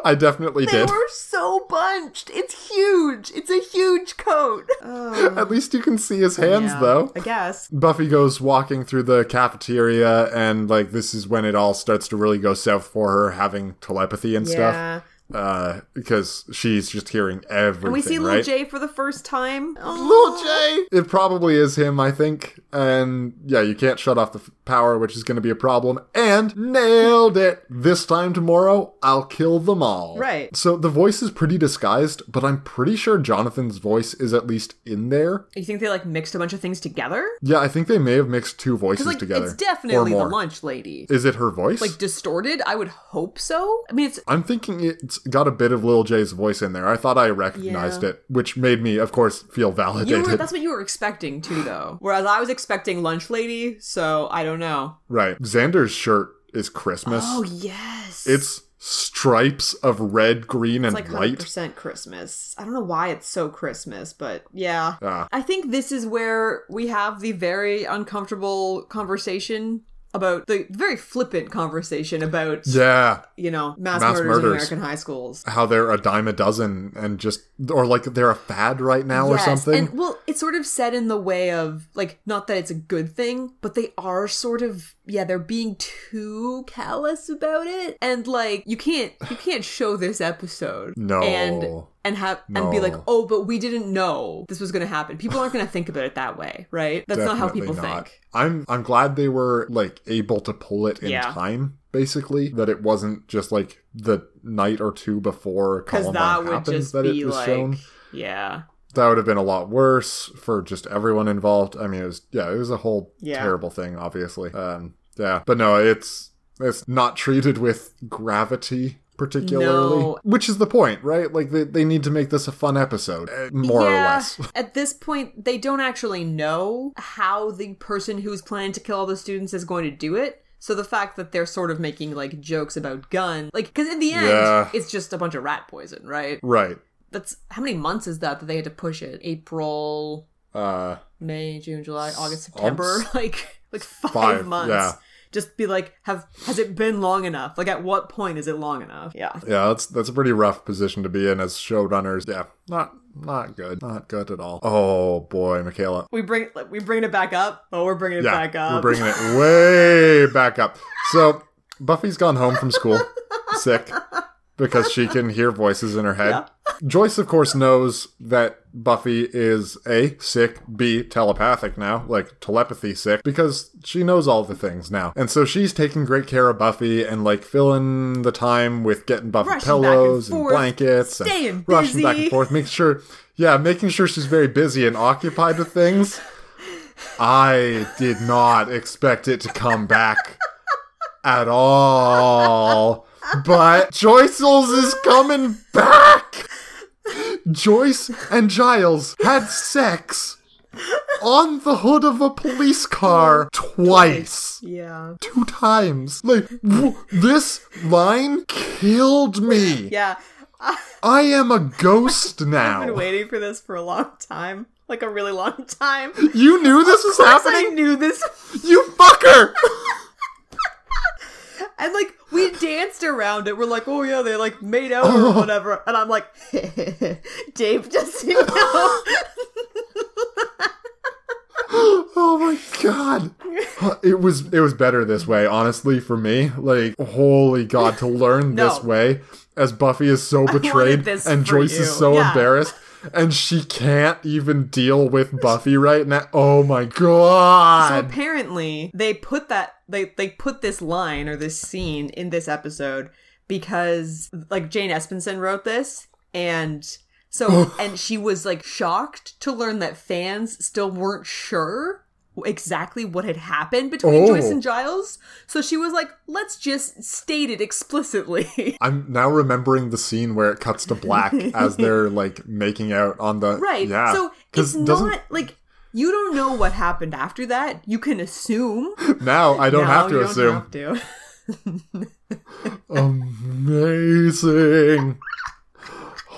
B: I definitely
A: They
B: did.
A: were so bunched. It's huge. It's a huge coat.
B: At least you can see his hands though.
A: I guess.
B: Buffy goes walking through the cafeteria, and like this is when it all starts to really go south for her, having telepathy and
A: Yeah.
B: stuff. Uh, because she's just hearing everything.
A: And we see
B: right?
A: Lil Jay for the first time. Oh.
B: Little J. It probably is him, I think. And yeah, you can't shut off the f- power, which is going to be a problem. And nailed it. This time tomorrow, I'll kill them all.
A: Right.
B: So the voice is pretty disguised, but I'm pretty sure Jonathan's voice is at least in there.
A: You think they like mixed a bunch of things together?
B: Yeah, I think they may have mixed two voices
A: Like
B: together.
A: it's
B: or
A: definitely the
B: more.
A: lunch lady.
B: Is it her voice?
A: Like distorted? I would hope so. I mean, it's
B: I'm thinking it's got a bit of Lil J's voice in there. I thought I recognized
A: Yeah.
B: it, which made me, of course, feel
A: you
B: validated.
A: were, that's what you were expecting too, though. Whereas I was expecting lunch lady, so I don't know.
B: right. Xander's shirt is Christmas.
A: Oh yes,
B: It's stripes of red, green, and
A: like hundred
B: white.
A: percent Christmas. I don't know why it's so Christmas, but yeah.
B: Ah.
A: I think this is where we have the very uncomfortable conversation about the very flippant conversation about
B: Yeah.
A: you know mass,
B: Mass
A: murders, in
B: murders.
A: American high schools.
B: How they're a dime a dozen and just, or like they're a fad right now or
A: Yes,
B: something.
A: And well, it's sort of said in the way of like not that it's a good thing, but they are sort of yeah, they're being too callous about it. And like you can't you can't show this episode.
B: No.
A: And and have and be
B: No.
A: like, "Oh, but we didn't know this was going to happen." People aren't going to think about it that way, right? That's not how people think.
B: I'm I'm glad they were like able to pull it in
A: Yeah.
B: time, basically. That it wasn't just like the night or two before
A: Cuz
B: Columbine
A: that would
B: happened
A: just
B: that
A: be
B: it was
A: like
B: shown.
A: yeah.
B: That would have been a lot worse for just everyone involved. I mean, it was yeah, it was a whole
A: Yeah.
B: terrible thing, obviously. Um, yeah, but no, it's it's not treated with gravity particularly,
A: No.
B: which is the point, right? Like they they need to make this a fun episode, eh, more or
A: Yeah,
B: less.
A: At this point, they don't actually know how the person who's planning to kill all the students is going to do it. So the fact that they're sort of making like jokes about guns, like because in the end,
B: Yeah.
A: it's just a bunch of rat poison, right?
B: right.
A: That's how many months is that that they had to push it? April,
B: Uh
A: May, June, July, August, September,
B: Months?
A: like like five,
B: Five,
A: months.
B: yeah.
A: Just be like, have has it been long enough? Like, at what point is it long enough? Yeah.
B: Yeah, that's that's a pretty rough position to be in as showrunners. Yeah, not not good, not good at all. Oh boy, Michaela.
A: We bring like, we bringing it back up. Oh, we're bringing it
B: Yeah,
A: back up.
B: we're bringing it way back up. So Buffy's gone home from school, sick, because she can hear voices in her head. Joyce, of course, knows that Buffy is a sick, b telepathic now, like telepathy sick, because she knows all the things now, and so she's taking great care of Buffy and like filling the time with getting Buffy
A: Rushing back and
B: pillows and,
A: forth,
B: blankets
A: staying
B: and rushing back
A: busy.
B: and forth, making sure, yeah, making sure she's very busy and occupied with things. I did not expect it to come back at all. But Joycel's is coming back. Joyce and Giles had sex on the hood of a police car twice.
A: yeah.
B: Two times. Like, w- this line killed me.
A: Yeah.
B: I am a ghost now.
A: I've been waiting for this for a long time. Like a really long time.
B: You knew this was
A: I
B: happening?
A: knew this.
B: You fucker!
A: And like we danced around it. We're like, oh yeah, they like made out or whatever. And I'm like, Dave doesn't know.
B: Oh my god. It was it was better this way, honestly, for me. Like, holy god, to learn
A: No.
B: this way as Buffy is so betrayed
A: this
B: and
A: for
B: Joyce
A: you.
B: is so
A: Yeah.
B: embarrassed. and she can't even deal with Buffy right now. Oh my
A: So
B: god.
A: apparently they put that they they put this line or this scene in this episode because like Jane Espenson wrote this and so and she was like shocked to learn that fans still weren't sure exactly what had happened between
B: Oh.
A: Joyce and Giles. So she was like, let's just state it explicitly.
B: I'm now remembering the scene where it cuts to black as they're like making out on the
A: right.
B: Yeah,
A: So
B: 'Cause
A: it's
B: doesn't-
A: not like you don't know what happened after that. You can assume.
B: now I don't
A: No,
B: have to
A: you don't
B: assume.
A: have to.
B: amazing.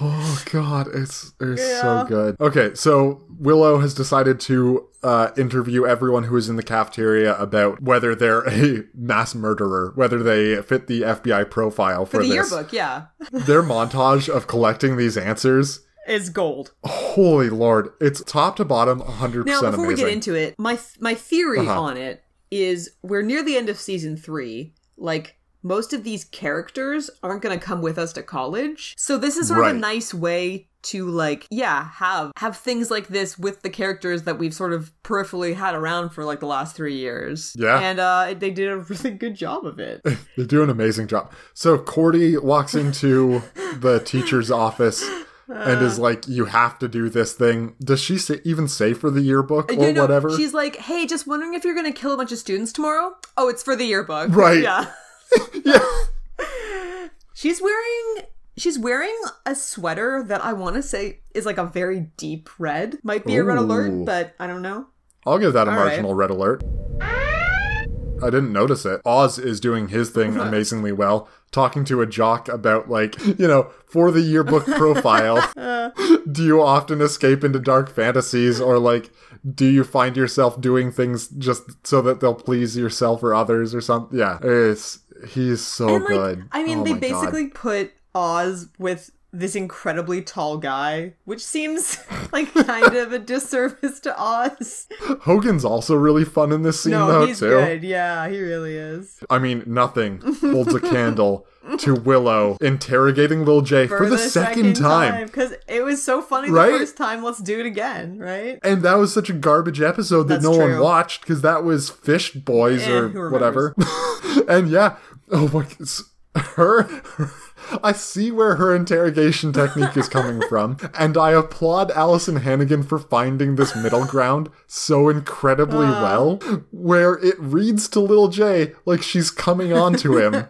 B: Oh god, it's it's so
A: Yeah.
B: good. Okay, so Willow has decided to uh, interview everyone who is in the cafeteria about whether they're a mass murderer, whether they fit the FBI profile for,
A: For the
B: this.
A: yearbook, yeah.
B: Their montage of collecting these answers,
A: is gold.
B: Oh, holy lord, it's top to bottom, hundred
A: Now,
B: percent
A: before we
B: amazing. Uh-huh.
A: get into it, my my theory on it is we're near the end of season three. Like most of these characters aren't going to come with us to college, so this is sort of
B: Right.
A: a nice way to like yeah have have things like this with the characters that we've sort of peripherally had around for like the last three years
B: Yeah.
A: and uh they did a really good job of it
B: They do an amazing job. So Cordy walks into the teacher's office and
A: Uh.
B: is like, "You have to do this thing." Does she say, even say for the yearbook or
A: You know,
B: whatever?
A: Uh, she's like hey just wondering if you're gonna kill a bunch of students tomorrow oh it's for the yearbook
B: Right.
A: yeah
B: yeah,
A: She's wearing she's wearing a sweater that I want to say is like a very deep red. Might be a red
B: Ooh.
A: alert, but I don't know.
B: I'll give that a
A: right.
B: marginal red alert. I didn't notice it. Oz is doing his thing amazingly well, talking to a jock about like, you know, for the yearbook profile. do you often escape into dark fantasies or like do you find yourself doing things just so that they'll please yourself or others or something? Yeah. It's he's so
A: and like
B: good.
A: I mean,
B: Oh
A: they
B: my God.
A: basically put Oz with this incredibly tall guy, which seems like kind of a disservice to Oz.
B: Hogan's also really fun in this scene
A: No,
B: though
A: he's
B: too.
A: good. Yeah, he really is.
B: I mean, nothing holds a candle to Willow interrogating Lil J for, the, second, time.
A: because it was so funny
B: Right?
A: the first time. Let's do it again, right?
B: And that was such a garbage episode that
A: That's
B: no one
A: true.
B: watched because that was Fish Boys
A: Eh, who
B: or
A: remembers?
B: whatever. and yeah, oh my, it's- her, I see where her interrogation technique is coming from, and I applaud Allison Hannigan for finding this middle ground so incredibly well, where it reads to Lil J like she's coming on to him,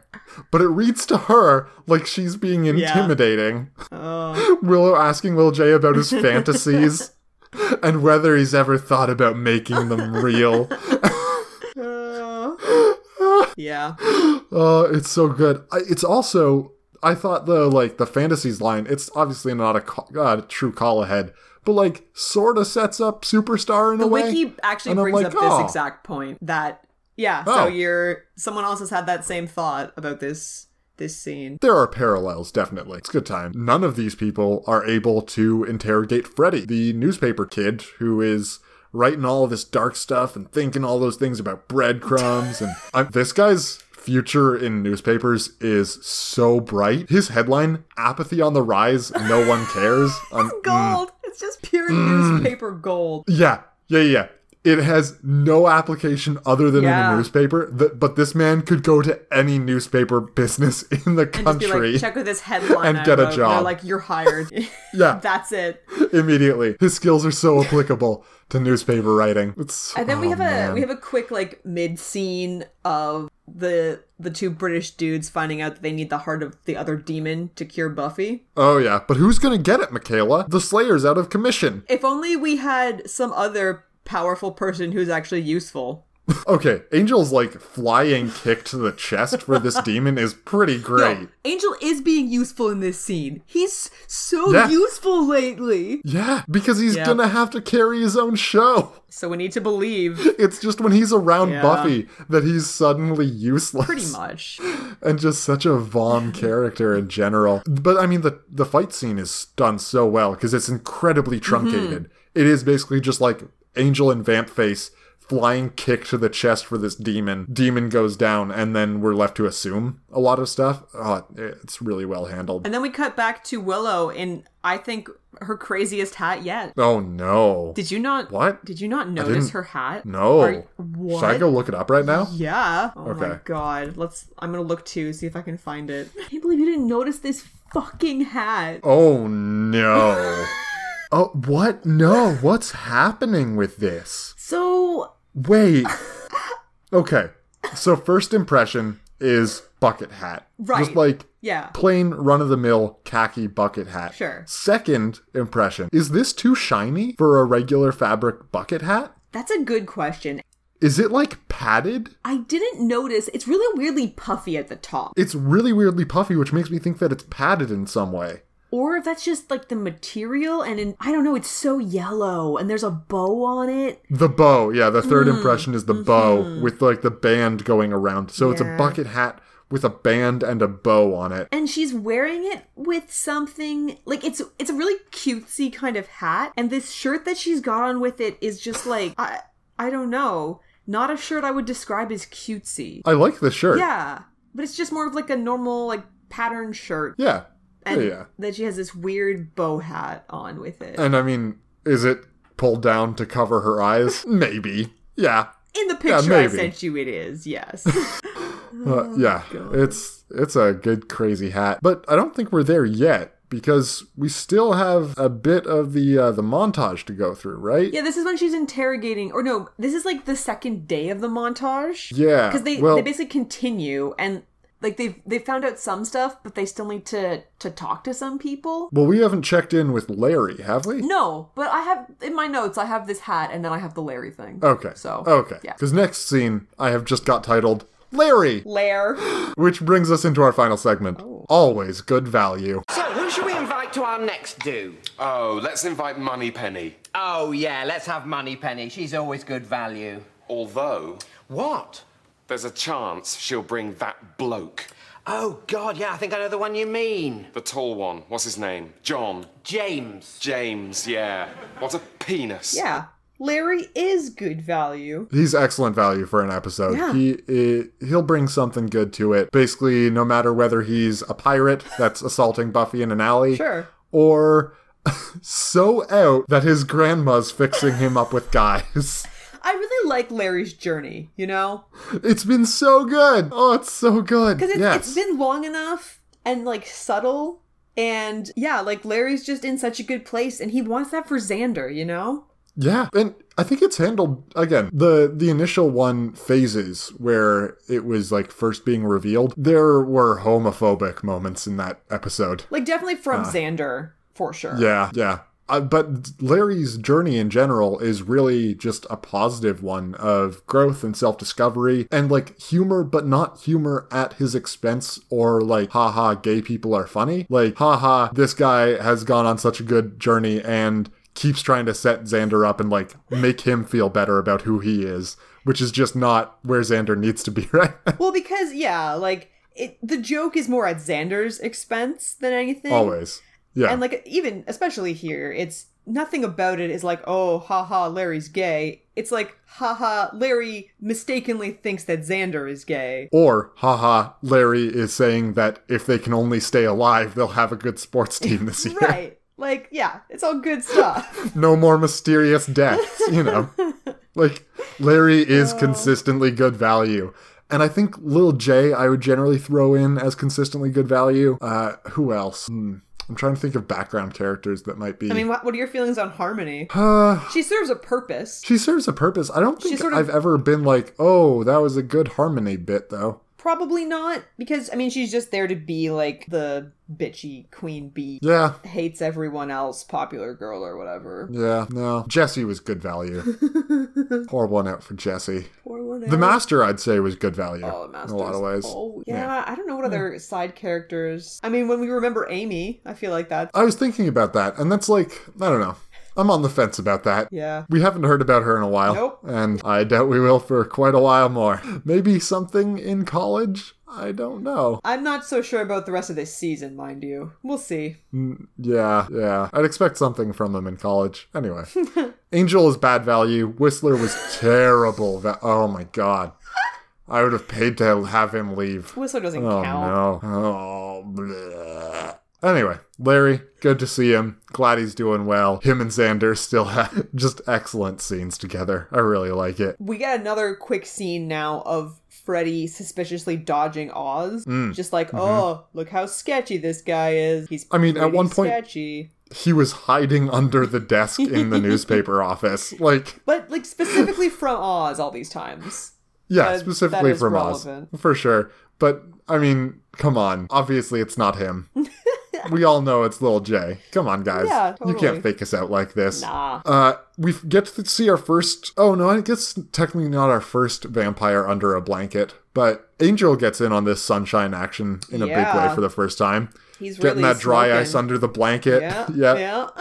B: but it reads to her like she's being intimidating. Willow asking Lil J about his fantasies and whether he's ever thought about making them real.
A: Yeah.
B: Oh, it's so good. I- It's also I thought the like the fantasies line. It's obviously not a, co- uh, a true call ahead, but like sort of sets up superstar in a
A: the
B: way.
A: wiki actually
B: And I'm
A: brings
B: like,
A: up
B: "Oh."
A: this exact point that yeah
B: Oh.
A: so you're someone else has had that same thought about this this scene
B: there are parallels, definitely. It's a good time. None of these people are able to interrogate Freddy, the newspaper kid who is writing all this dark stuff and thinking all those things about breadcrumbs. and i this guy's future in newspapers is so bright. His headline, Apathy on the Rise, No One Cares.
A: Oh
B: I'm-
A: gold it's just pure newspaper gold
B: Mm, Yeah, yeah, yeah. It has no application other than in a
A: Yeah.
B: newspaper. Th- but this man could go to any newspaper business in the
A: and just be
B: country
A: like check with this headline
B: and
A: I
B: get a
A: wrote."
B: job.
A: they're like you're hired
B: Yeah.
A: that's it
B: immediately. His skills are so applicable to newspaper writing. It's
A: and then we
B: oh,
A: have a
B: man.
A: we have a quick like mid scene of the the two british dudes finding out that they need the heart of the other demon to cure buffy
B: oh yeah, but who's gonna get it, Michaela? The Slayer's out of commission.
A: if only we had some other powerful person who's actually useful
B: Okay, Angel's like flying kick to the chest for this demon is pretty great.
A: Angel is being useful in this scene. He's so
B: Yeah.
A: useful lately.
B: Yeah, because he's
A: Yeah.
B: gonna have to carry his own show.
A: So we need to believe,
B: It's just when he's around
A: Yeah.
B: Buffy that he's suddenly useless.
A: pretty much.
B: and just such a Vaughn character in general. But I mean, the the fight scene is done so
A: Mm-hmm.
B: well because it's incredibly truncated. It is basically just like Angel and Vampface flying kick to the chest for this demon. Demon goes down, and then we're left to assume a lot of stuff. Oh, it's really well handled.
A: And then we cut back to Willow in I think her craziest hat yet.
B: Oh no.
A: Did you not
B: What?
A: Did you not
B: didn't-
A: notice her hat?
B: No.
A: Are- what?
B: Should I go look it up right now?
A: Yeah. Oh my
B: Okay.
A: god. Let's I'm gonna look too, see if I can find it. I can't believe you didn't notice this fucking hat.
B: Oh no. oh, what? No. What's happening with this?
A: So
B: Wait. Okay. So first impression is bucket hat.
A: Right.
B: Just like
A: yeah.
B: plain run of the mill khaki bucket hat.
A: Sure.
B: Second impression is this too shiny for a regular fabric bucket hat?
A: That's a good question.
B: Is it like padded?
A: I didn't notice it's really weirdly puffy at the top.
B: It's really weirdly puffy, which makes me think that it's padded in some way.
A: Or if that's just like the material and in, I don't know, it's so yellow and there's a bow on it.
B: The bow, yeah, the
A: Mm,
B: third impression is the bow with like the band going around. So it's a
A: mm-hmm. Yeah.
B: bucket hat with a band and a bow on it.
A: and she's wearing it with something like it's it's a really cutesy kind of hat and this shirt that she's got on with it is just like i i don't know not a shirt i would describe as cutesy
B: I like the shirt.
A: yeah but it's just more of like a normal like pattern shirt
B: Yeah.
A: and
B: yeah, yeah. Uh,
A: then she has this weird bow hat on with it
B: And I mean, is it pulled down to cover her eyes? Maybe. Yeah. Uh,
A: in the picture i
B: maybe.
A: sent you it is yes Oh
B: Uh, yeah. It's it's a good crazy hat, but I don't think we're there yet because we still have a bit of the uh, the montage to go through, right?
A: yeah this is when she's interrogating or no this is like the second day of the montage
B: Yeah.
A: because they
B: well,
A: they basically continue and like they've they found out some stuff but they still need to to talk to some people
B: well, we haven't checked in with Larry, have we?
A: no but i have in my notes i have this hat and then i have the larry thing
B: Okay.
A: so
B: okay.
A: yeah
B: Because next scene I have just got titled Larry,
A: lair
B: which brings us into our final segment.
A: Oh.
B: Always good value.
K: So, who should we invite to our next do?
L: Oh, let's invite Money Penny.
K: Oh, yeah, let's have Money Penny. She's always good value.
L: Although
K: What?
L: there's a chance she'll bring that bloke,
K: Oh, God, yeah, I think I know the one you mean.
L: the tall one. What's his name? John.
K: James.
L: James. Yeah. What a penis.
A: yeah larry is good value
B: He's excellent value for an episode.
A: Yeah.
B: He i- he'll bring something good to it. Basically, no matter whether he's a pirate that's assaulting Buffy in an alley,
A: Sure.
B: or so out that his grandma's fixing him up with guys.
A: i really like larry's journey you know
B: It's been so good. Oh, it's so good.
A: because it's,
B: yes.
A: it's been long enough and like subtle and yeah like larry's just in such a good place and he wants that for xander you know
B: Yeah, and I think it's handled again. The the initial one phases where it was like first being revealed, there were homophobic moments in that episode.
A: like definitely from xander for sure
B: Uh. Yeah, yeah. Uh, but Larry's journey in general is really just a positive one of growth and self discovery and like humor, but not humor at his expense or like, haha, gay people are funny. Like, haha, this guy has gone on such a good journey and keeps trying to set Xander up and like make him feel better about who he is, which is just not where Xander needs to be, right?
A: Well, because yeah, like it, the joke is more at Xander's expense than anything.
B: Always. Yeah.
A: And like even especially here, it's nothing about it is like, oh, haha, Larry's gay. It's like, haha, Larry mistakenly thinks that Xander is gay.
B: Or, haha, Larry is saying that if they can only stay alive, they'll have a good sports team this year.
A: Right. Like, yeah, it's all good stuff.
B: No more mysterious deaths, you know? like, Larry is
A: Oh.
B: consistently good value. And I think Lil J, I would generally throw in as consistently good value. Uh, who else? Hmm. I'm trying to think of background characters that might be.
A: I mean, what, what are your feelings on Harmony?
B: uh,
A: She serves a purpose.
B: she serves a purpose. I don't think
A: sort of-
B: I've ever been like, oh, that was a good harmony bit, though.
A: Probably not, because I mean, she's just there to be like the bitchy queen bee.
B: Yeah,
A: Hates everyone else, popular girl or whatever.
B: Yeah, no. Jesse was good value. Pour one out for Jesse.
A: Or whatever.
B: The Master, I'd say, was good value
A: Oh, the
B: in a lot of ways.
A: Masters. Oh, yeah. I don't know what other side characters. I mean, when we remember Amy, I feel like that's
B: I was thinking about that, and that's like, I don't know. I'm on the fence about that.
A: Yeah.
B: We haven't heard about her in a while.
A: Nope.
B: And I doubt we will for quite a while more. Maybe something in college? I don't know.
A: I'm not so sure about the rest of this season, mind you. We'll see.
B: Mm, Yeah, yeah. I'd expect something from them in college. Anyway, Angel is bad value. Whistler was terrible. Va- oh my god. I would have paid to have him leave.
A: Whistler doesn't
B: oh,
A: count.
B: No. Oh, bleh. Anyway, Larry, good to see him. Glad he's doing well. Him and Xander still have just excellent scenes together. I really like it.
A: We get another quick scene now of Freddy suspiciously dodging Oz.
B: Mm.
A: Just like,
B: Mhm.
A: oh, look how sketchy this guy is. He's
B: I mean, at
A: pretty
B: one point-
A: sketchy.
B: He was hiding under the desk in the newspaper office. Like,
A: But like specifically from Oz all these times.
B: Yeah,
A: That- that
B: specifically
A: is
B: from
A: relevant.
B: Oz. For sure. But, I mean, come on. Obviously, it's not him. we all know it's Lil J. Come on, guys.
A: Yeah,
B: You
A: totally.
B: can't fake us out like this.
A: Nah.
B: Uh, we get to see our first. Oh, no, I guess technically not our first vampire under a blanket, but Angel gets in on this sunshine action in a big
A: Yeah.
B: way for the first time.
A: He's
B: Getting
A: really
B: that dry
A: smoking.
B: ice under the blanket.
A: Yeah. yeah.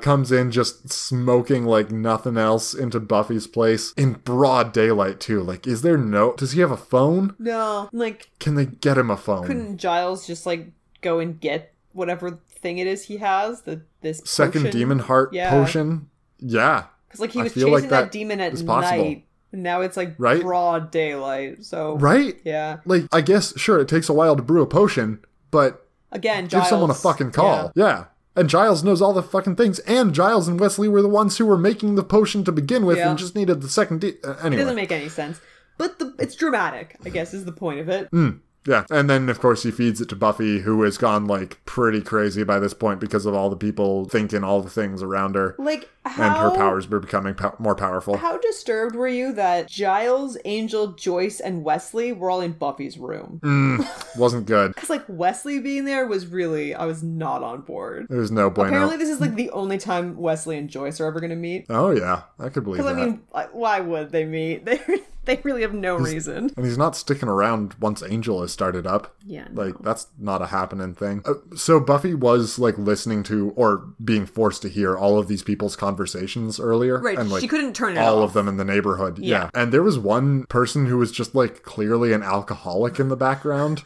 B: comes in just smoking like nothing else into Buffy's place in broad daylight too. Like, is there no? Does he have a phone?
A: No. Like
B: Can they get him a phone?
A: couldn't Giles just like go and get whatever thing it is he has? The this
B: Second
A: potion?
B: demon heart
A: Yeah.
B: potion. Yeah,
A: Because like he
B: I
A: was
B: feel
A: chasing
B: like
A: that,
B: that
A: demon at
B: is possible.
A: night. And now it's like
B: Right?
A: broad daylight. So
B: right.
A: Yeah.
B: Like, I guess sure it takes a while to brew a potion, but
A: Again,
B: give
A: Giles,
B: someone a fucking call. Yeah. And Giles knows all the fucking things, and Giles and Wesley were the ones who were making the potion to begin with,
A: Yeah.
B: and just needed the second. De- uh,
A: It
B: anyway,
A: doesn't make any sense. But the, it's dramatic, I guess, is the point of it.
B: Mm, yeah. And then, of course, he feeds it to Buffy, who has gone like pretty crazy by this point because of all the people thinking all the things around her.
A: Like how
B: and her powers were becoming pow- more powerful.
A: How disturbed were you that Giles, Angel, Joyce, and Wesley were all in Buffy's room?
B: Mm, wasn't good.
A: Because like Wesley being there was really I was not on board.
B: There was no bueno.
A: Apparently, this is like the only time Wesley and Joyce are ever going to meet.
B: oh, yeah. I could believe
A: Because I
B: that.
A: mean, like, why would they meet? They they really have no reason.
B: and he's not sticking around once Angel has started up.
A: Yeah,
B: Like, that's not a happening thing. Uh, so, Buffy was, like, listening to or being forced to hear all of these people's conversations earlier.
A: Right,
B: And,
A: she
B: like,
A: couldn't turn it
B: All
A: off.
B: of them in the neighborhood.
A: Yeah.
B: yeah. And there was one person who was just, like, clearly an alcoholic in the background.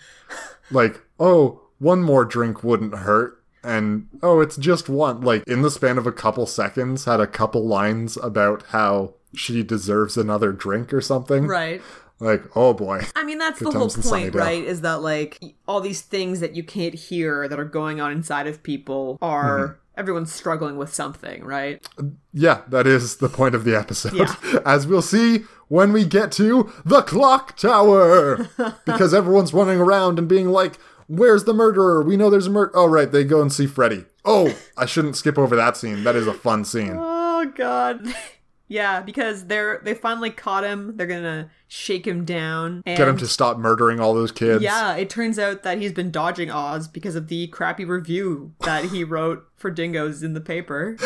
B: like, oh, one more drink wouldn't hurt. And oh, it's just one. Like, in the span of a couple seconds, had a couple lines about how she deserves another drink or something.
A: Right.
B: Like, oh boy.
A: I mean, that's
B: Good
A: the whole
B: times in
A: point,
B: Sunnydale.
A: right? Is that like y- all these things that you can't hear that are going on inside of people are
B: Mm-hmm.
A: everyone's struggling with something, right?
B: Yeah, that is the point of the episode.
A: Yeah.
B: As we'll see when we get to the clock tower. because everyone's running around and being like, where's the murderer? We know there's a murder. Oh, right. They go and see Freddy. Oh, I shouldn't skip over that scene. That is a fun scene.
A: Oh God. yeah, because they're they finally caught him. They're gonna shake him down. And
B: Get him to stop murdering all those kids.
A: Yeah, it turns out that he's been dodging Oz because of the crappy review that he wrote for dingoes in the paper.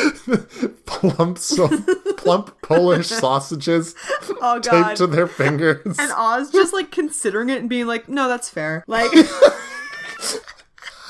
B: Plump, so, plump Polish sausages
A: Oh
B: taped
A: god.
B: to their fingers.
A: and Oz just like considering it and being like, "No, that's fair." Like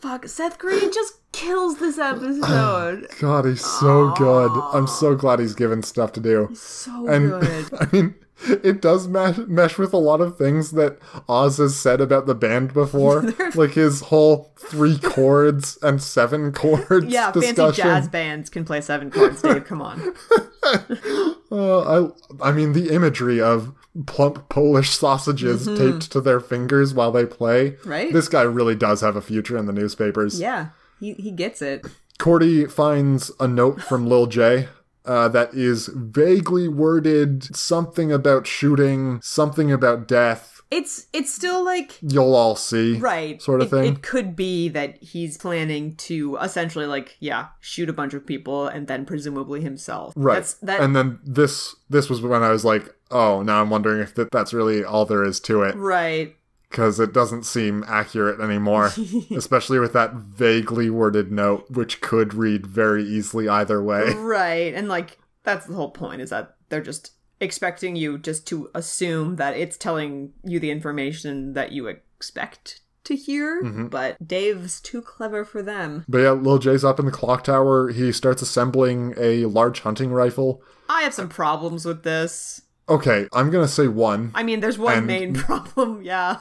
A: Fuck, Seth Green just kills this episode.
B: God, he's so good. I'm so glad he's given stuff to do.
A: So
B: and
A: good.
B: I mean, it does mesh, mesh with a lot of things that Oz has said about the band before, like his whole three chords and seven chords.
A: Yeah, fancy
B: discussion.
A: jazz bands can play seven chords, Dave. Come on.
B: Uh, I, I mean, the imagery of plump Polish sausages
A: Mhm.
B: taped to their fingers while they play.
A: Right?
B: This guy really does have a future in the newspapers.
A: Yeah. He he gets it.
B: Cordy finds a note from Lil J uh, that is vaguely worded something about shooting, something about death.
A: It's it's still like
B: You'll all see,
A: right
B: Sort of
A: it,
B: thing.
A: It could be that he's planning to essentially like yeah shoot a bunch of people and then presumably himself.
B: right.
A: That's, that
B: And then this this was when I was like, oh, now I'm wondering if that, that's really all there is to it
A: right.
B: because it doesn't seem accurate anymore, especially with that vaguely worded note, which could read very easily either way.
A: Right. And like that's the whole point is that they're just expecting you just to assume that it's telling you the information that you expect to hear,
B: Mhm.
A: but Dave's too clever for them.
B: But yeah, Lil J's up in the clock tower. He starts assembling a large hunting rifle.
A: I have some problems with this.
B: Okay, I'm gonna say one.
A: I mean, there's one
B: And Mm.
A: main problem, yeah.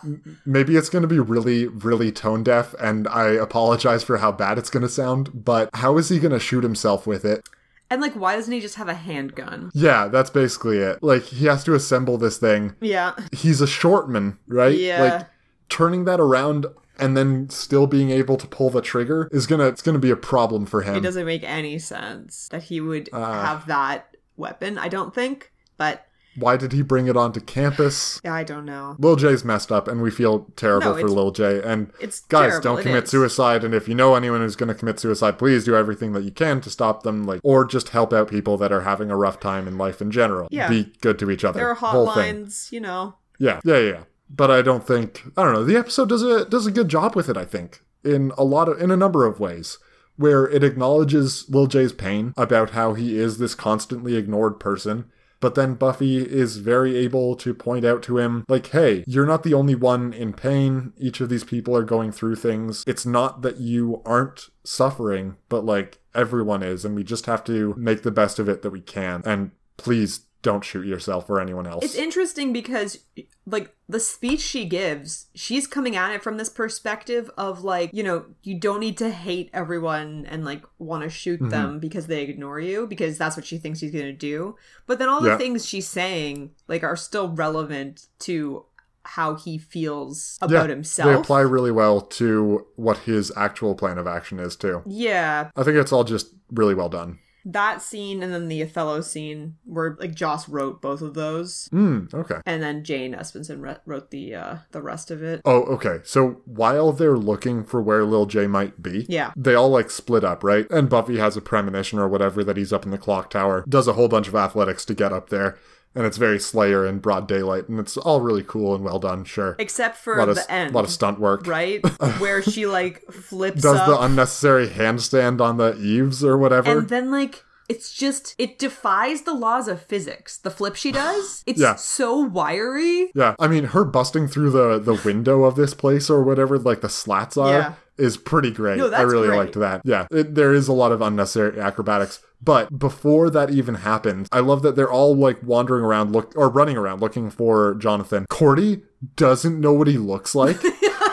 B: Maybe it's gonna be really, really tone deaf, and I apologize for how bad it's gonna sound. But how is he gonna shoot himself with it?
A: And like, why doesn't he just have a handgun?
B: Yeah, that's basically it. Like he has to assemble this thing.
A: Yeah.
B: He's a shortman, right?
A: Yeah.
B: Like turning that around and then still being able to pull the trigger is gonna it's gonna be a problem for him.
A: It doesn't make any sense that he would
B: Um. Uh.
A: have that weapon, I don't think. But
B: Why did he bring it onto campus?
A: yeah, I don't know.
B: Lil J's messed up, and we feel terrible
A: No,
B: for
A: it's-
B: Lil J. And
A: it's
B: guys,
A: terrible,
B: don't
A: it
B: commit
A: is.
B: suicide. And if you know anyone who's going to commit suicide, please do everything that you can to stop them, like or just help out people that are having a rough time in life in general.
A: Yeah.
B: be good to each other.
A: There are
B: Whole thing.
A: hotlines, you know.
B: Yeah, yeah, yeah. But I don't think I don't know. The episode does a does a good job with it. I think in a lot of in a number of ways where it acknowledges Lil J's pain about how he is this constantly ignored person. But then Buffy is very able to point out to him, like, hey, you're not the only one in pain. Each of these people are going through things. It's not that you aren't suffering, but like everyone is, and we just have to make the best of it that we can. And please don't shoot yourself or anyone else.
A: It's interesting because, like, the speech she gives, she's coming at it from this perspective of, like, you know, you don't need to hate everyone and, like, want to shoot
B: Mm-hmm.
M: Mhm.
A: them because they ignore you, because that's what she thinks she's going to do. But then all the
M: Yeah.
A: things she's saying, like, are still relevant to how he feels
B: Yeah,
A: about
B: They
A: himself.
B: apply really well to what his actual plan of action is too.
A: yeah.
B: I think it's all just really well done.
A: That scene and then the Othello scene, where, like, Joss wrote both of those.
B: Mm, okay.
A: And then Jane Espenson re- wrote the uh, the rest of it.
B: Oh, okay. So while they're looking for where Lil J might be,
A: Yeah.
B: they all like split up, right? And Buffy has a premonition or whatever that he's up in the clock tower, does a whole bunch of athletics to get up there, and it's very Slayer in broad daylight, and it's all really cool and well done, sure.
A: Except for
B: Lot
A: the
B: of s-
A: end.
B: lot of stunt work.
A: Right? Where she like flips
B: Does
A: up
B: the unnecessary handstand on the eaves or whatever.
A: and then like it's just it defies the laws of physics. The flip she does, it's
B: Yeah.
A: so wiry.
B: Yeah, I mean, her busting through the the window of this place or whatever, like the slats are,
A: Yeah.
B: is pretty great.
A: No,
B: I
A: that's
B: really
A: great.
B: liked that. Yeah, it, there is a lot of unnecessary acrobatics. But before that even happened, I love that they're all like wandering around, look or running around looking for Jonathan. Cordy doesn't know what he looks like,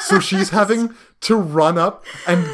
B: so she's having to run up and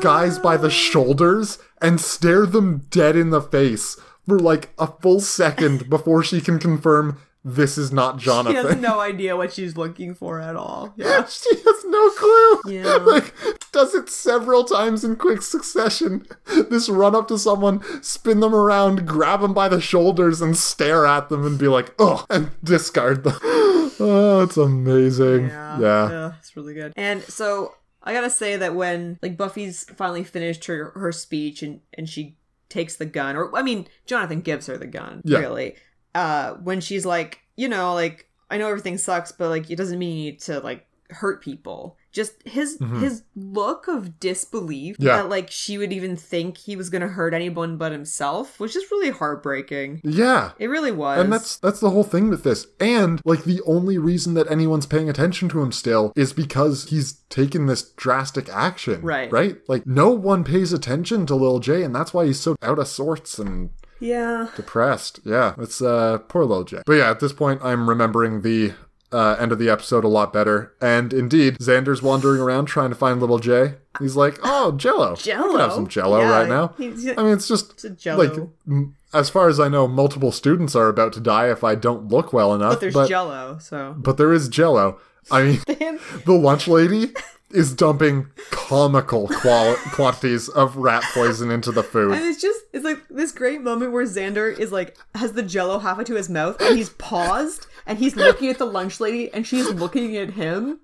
B: guys by the shoulders and stare them dead in the face for like a full second before she can confirm this is not Jonathan.
A: She has no idea what she's looking for at all. Yeah.
B: she has no clue.
A: Yeah.
B: Like does it several times in quick succession. This run up to someone, spin them around, grab them by the shoulders, and stare at them and be like, "Oh," and discard them. oh, it's amazing. Yeah.
A: Yeah, it's really good. And so I gotta say that when like Buffy's finally finished her her speech and and she takes the gun, or I mean, Jonathan gives her the gun.
M: Yeah.
A: Really, uh, when she's like, you know, like I know everything sucks, but like it doesn't mean you need to like hurt people. Just his
M: Mhm.
A: his look of disbelief
B: Mm-hmm. Yeah.
A: that like she would even think he was gonna hurt anyone but himself, which is really heartbreaking.
B: Yeah.
A: It really was.
B: And that's that's the whole thing with this. And like the only reason that anyone's paying attention to him still is because he's taken this drastic action.
A: Right.
B: Right? Like no one pays attention to Lil J and that's why he's so out of sorts and
A: yeah.
B: depressed. Yeah. It's uh poor Lil J. But yeah, at this point I'm remembering the uh, end of the episode a lot better. And indeed, Xander's wandering around trying to find Little J. He's like, "Oh, Jello, I
A: Jell-O?
B: can have some Jello
A: Yeah,
B: right now."
A: he's-
B: I mean, it's just
A: it's a Jell-O.
B: like m- as far as I know, multiple students are about to die if I don't look well enough.
A: but there's
B: but,
A: Jello, so
B: but there is Jello. I mean, the lunch lady is dumping comical qual- quantities of rat poison into the food.
A: And it's just it's like this great moment where Xander is like has the jello halfway to his mouth and he's paused and he's looking at the lunch lady and she's looking at him.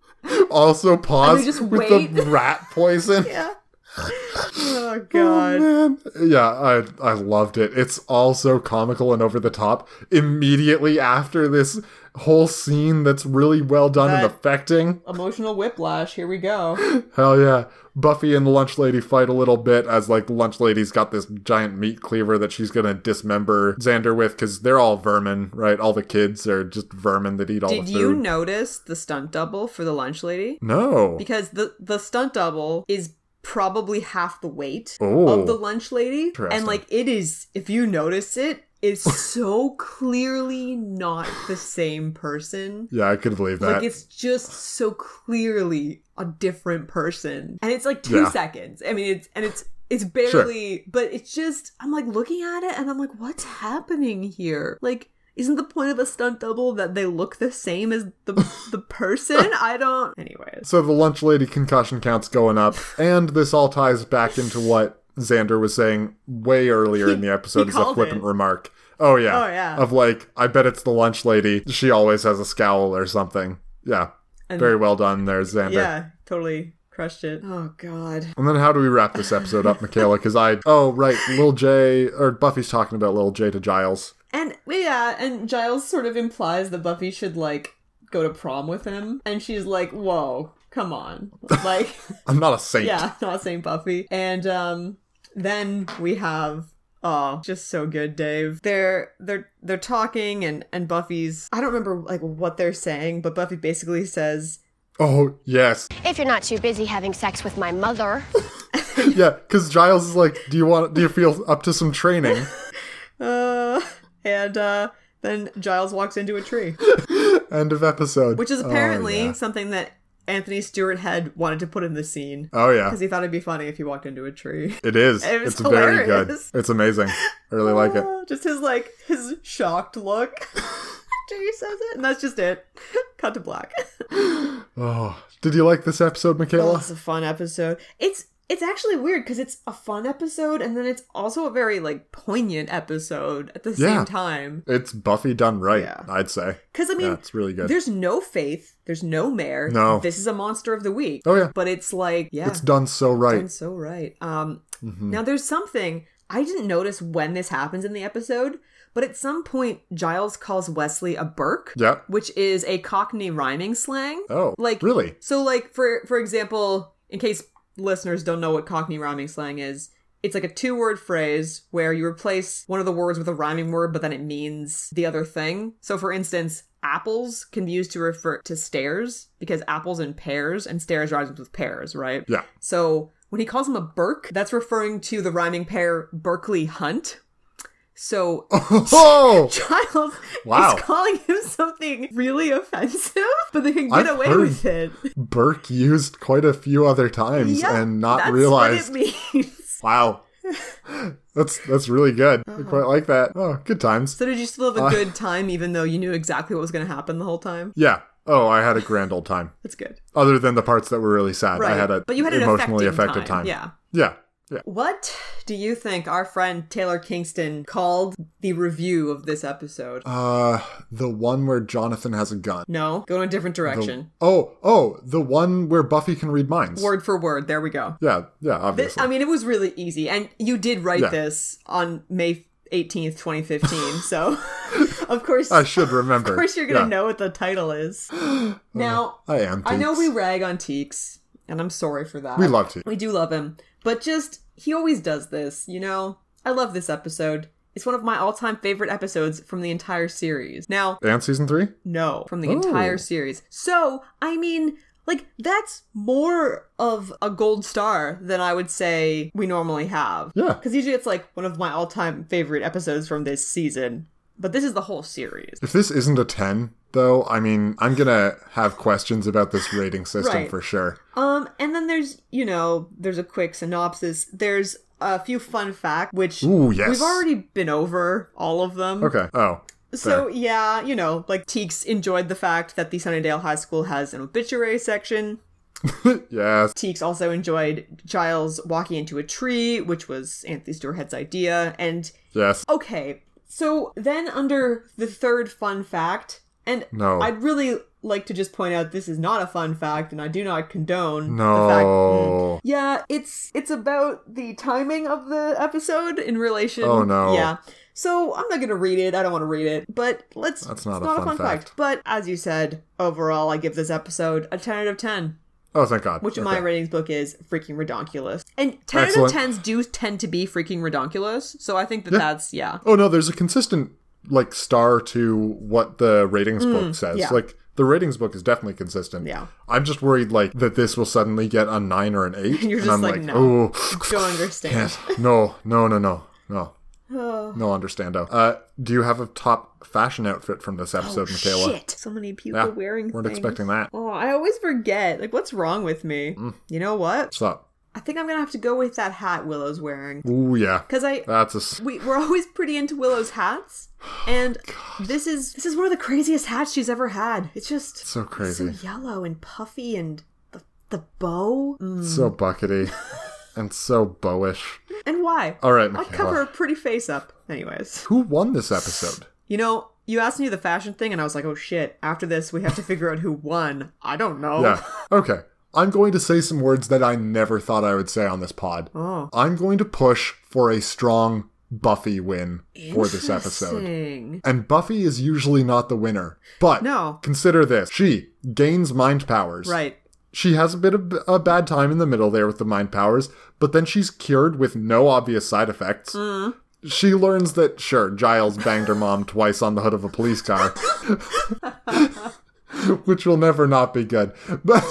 B: also, pause
A: just
B: with the
A: wait.
B: rat poison.
A: Yeah. Oh god.
B: Yeah, I I loved it. It's all so comical and over the top. Immediately after this whole scene that's really well done and
A: That-
B: affecting.
A: Emotional whiplash, here we go.
B: Hell yeah. Buffy and the lunch lady fight a little bit as like lunch lady's got this giant meat cleaver that she's gonna dismember Xander with because they're all vermin, right? All the kids are just vermin that eat all
A: Did
B: the
A: you
B: food.
A: notice the stunt double for the lunch lady?
B: No.
A: Because the the stunt double is probably half the weight
B: Oh.
A: of the lunch lady.
B: Interesting.
A: And like it is if you notice it, is so clearly not the same person.
B: Yeah, I could believe that.
A: Like it's just so clearly a different person. And it's like two
B: Yeah.
A: seconds. I mean it's and it's it's barely but it's just I'm like looking at it and I'm like, what's happening here? Like isn't the point of a stunt double that they look the same as the the person? I don't anyways.
B: So the lunch lady concussion count's going up, and this all ties back into what Xander was saying way earlier in the episode
A: he
B: as a
A: called
B: flippant
A: it.
B: remark. Oh yeah.
A: Oh, yeah.
B: Of like, I bet it's the lunch lady. She always has a scowl or something. Yeah.
A: And-
B: Very well done there, Xander.
A: Yeah, totally crushed it. Oh god.
B: And then how do we wrap this episode up, Michaela? Because I oh right, Lil J or Buffy's talking about Lil J to Giles.
A: And yeah, and Giles sort of implies that Buffy should like go to prom with him, and she's like, "Whoa, come on!" Like,
B: I'm not a saint.
A: yeah, not saying Buffy. And um, then we have oh, just so good, Dave. They're they're they're talking, and and Buffy's I don't remember like what they're saying, but Buffy basically says,
B: Oh yes,
H: If you're not too busy having sex with my mother.
B: yeah. Because Giles is like, do you want? Do you feel up to some training?
A: uh, and uh, then Giles walks into a tree.
B: End of episode.
A: Which is
B: Oh,
A: apparently
B: yeah.
A: something that Anthony Stewart had wanted to put in the scene.
B: Oh, yeah.
A: because he thought it'd be funny if he walked into a tree.
B: It is.
A: It was
B: it's very good.
A: hilarious.
B: It's amazing. I really like it.
A: Ah, Just his like his shocked look after he says it, and that's just it. Cut to black.
B: Oh, did you like this episode,
A: Oh,
B: Michaela?
A: it's a fun episode. It's it's actually weird because it's a fun episode, and then it's also a very like poignant episode at the
B: Yeah.
A: same time.
B: It's Buffy done right. I'd say.
A: Because I mean,
B: yeah, it's really good.
A: There's no faith. There's no mayor.
B: No.
A: this is a monster of the week.
B: Oh, yeah.
A: but it's like yeah,
B: It's done so right.
A: Done so right. Um,
B: Mhm.
A: now there's something I didn't notice when this happens in the episode, but at some point Giles calls Wesley a Burke.
B: Yeah.
A: which is a Cockney rhyming slang.
B: Oh,
A: like
B: really?
A: So, like for for example, in case listeners don't know what Cockney rhyming slang is. It's like a two word phrase where you replace one of the words with a rhyming word, but then it means the other thing. So, for instance, apples can be used to refer to stairs because apples in pairs and stairs rhymes with pears, right?
B: Yeah.
A: So when he calls him a Burke, that's referring to the rhyming pair Berkeley Hunt. So
B: Oh,
A: Giles
B: Wow.
A: is calling him something really offensive, but they can get
B: I've
A: away
B: heard
A: with it.
B: Burke used quite a few other times
A: Yeah,
B: and not
A: that's
B: realized.
A: what it means.
B: Wow. That's that's really good. I quite like that. Oh, good times.
A: Uh-huh. So did you still have a
B: Uh,
A: good time, even though you knew exactly what was going to happen the whole time?
B: Yeah. Oh, I had a grand old time.
A: That's good.
B: Other than the parts that were really sad, I
A: Right.
B: had a
A: But you had an
B: emotionally
A: affecting
B: affected
A: time.
B: time.
A: Yeah.
B: Yeah. Yeah.
A: What do you think our friend Taylor Kingston called the review of this episode?
B: Uh, the one where Jonathan has a gun.
A: no, go in a different
B: The-
A: direction.
B: oh, oh, the one where Buffy can read minds.
A: Word for word. There we go.
B: Yeah, yeah,
A: Thi-
B: obviously.
A: I mean, it was really easy, and you did write
B: Yeah.
A: this on May eighteenth, twenty fifteen. so, of course,
B: I should remember.
A: of course, you're gonna
B: Yeah.
A: know what the title is. now,
B: I am.
A: I know
B: Teeks.
A: we rag on Teeks, and I'm sorry for that.
B: We love Teeks.
A: We do love him, but just he always does this. You know, I love this episode. It's one of my all-time favorite episodes from the entire series. Now,
B: And season three?
A: no, from the
B: Oh.
A: entire series. So, I mean, like, that's more of a gold star than I would say we normally have.
B: Yeah.
A: Because usually it's like one of my all time favorite episodes from this season. But this is the whole series.
B: If this isn't a 10, though, I mean, I'm going to have questions about this rating system
A: Right.
B: for sure.
A: Um, and then there's, you know, there's a quick synopsis. There's a few fun facts, which
B: Ooh, yes.
A: we've already been over all of them.
B: Okay. Oh.
A: So
B: fair.
A: yeah, you know, like Teeks enjoyed the fact that the Sunnydale High School has an obituary section.
B: Yes.
A: Teeks also enjoyed Giles walking into a tree, which was Anthony Stewart Head's idea. And
B: Yes.
A: Oh, okay, so then under the third fun fact, and
B: No.
A: I'd really like to just point out this is not a fun fact, and I do not condone the fact.
B: No.
A: Yeah, it's it's about the timing of the episode in relation.
B: Oh, no.
A: Yeah. So I'm not gonna read it. I don't want to read it. But let's.
B: That's not
A: it's
B: a fun fact.
A: But as you said, overall, I give this episode a ten out of ten
B: Oh, thank God.
A: which in
B: Okay.
A: my ratings book is freaking redonkulous. And 10
B: Excellent.
A: out of 10s do tend to be freaking redonkulous, so I think that
B: Yeah.
A: that's, yeah.
B: Oh, no, there's a consistent, like, star to what the ratings book
A: Mm,
B: says.
A: yeah.
B: Like, the ratings book is definitely consistent.
A: Yeah.
B: I'm just worried, like, that this will suddenly get a 9 or an 8.
A: You're
B: and
A: just
B: I'm
A: like,
B: like,
A: no.
B: oh,
A: Don't understand.
B: can't. No, no, no, no, no.
A: Oh.
B: No understando. Uh, do you have a top fashion outfit from this episode, Michaela?
A: Oh, Shit. So many people
B: Yeah,
A: wearing
B: weren't
A: things.
B: expecting that. Mm.
A: Oh, I always forget. Like, what's wrong with me? You know what?
B: What's up?
A: I think I'm gonna have to go with that hat Willow's wearing.
B: Ooh, yeah.
A: Because I
B: That's a. s-
A: we, we're always pretty into Willow's hats, and this is this is one of the craziest hats she's ever had. It's just
B: So
A: so
B: crazy.
A: yellow and puffy, and the the bow. Mm.
B: So buckety. and so bowish.
A: and why?
B: All right,
A: I'll
B: Michaela.
A: cover her pretty face up. Anyways,
B: Who won this episode?
A: you know, you asked me the fashion thing, and I was like, oh shit. After this, we have to figure out who won. I don't know.
B: Yeah. Okay. I'm going to say some words that I never thought I would say on this pod.
A: Oh.
B: I'm going to push for a strong Buffy win for this episode.
A: Interesting.
B: And Buffy is usually not the winner. But
A: No.
B: consider this she gains mind powers.
A: Right.
B: She has a bit of a bad time in the middle there with the mind powers, but then she's cured with no obvious side effects.
A: Mm.
B: She learns that, sure, Giles banged her mom twice on the hood of a police car, which will never not be good. But,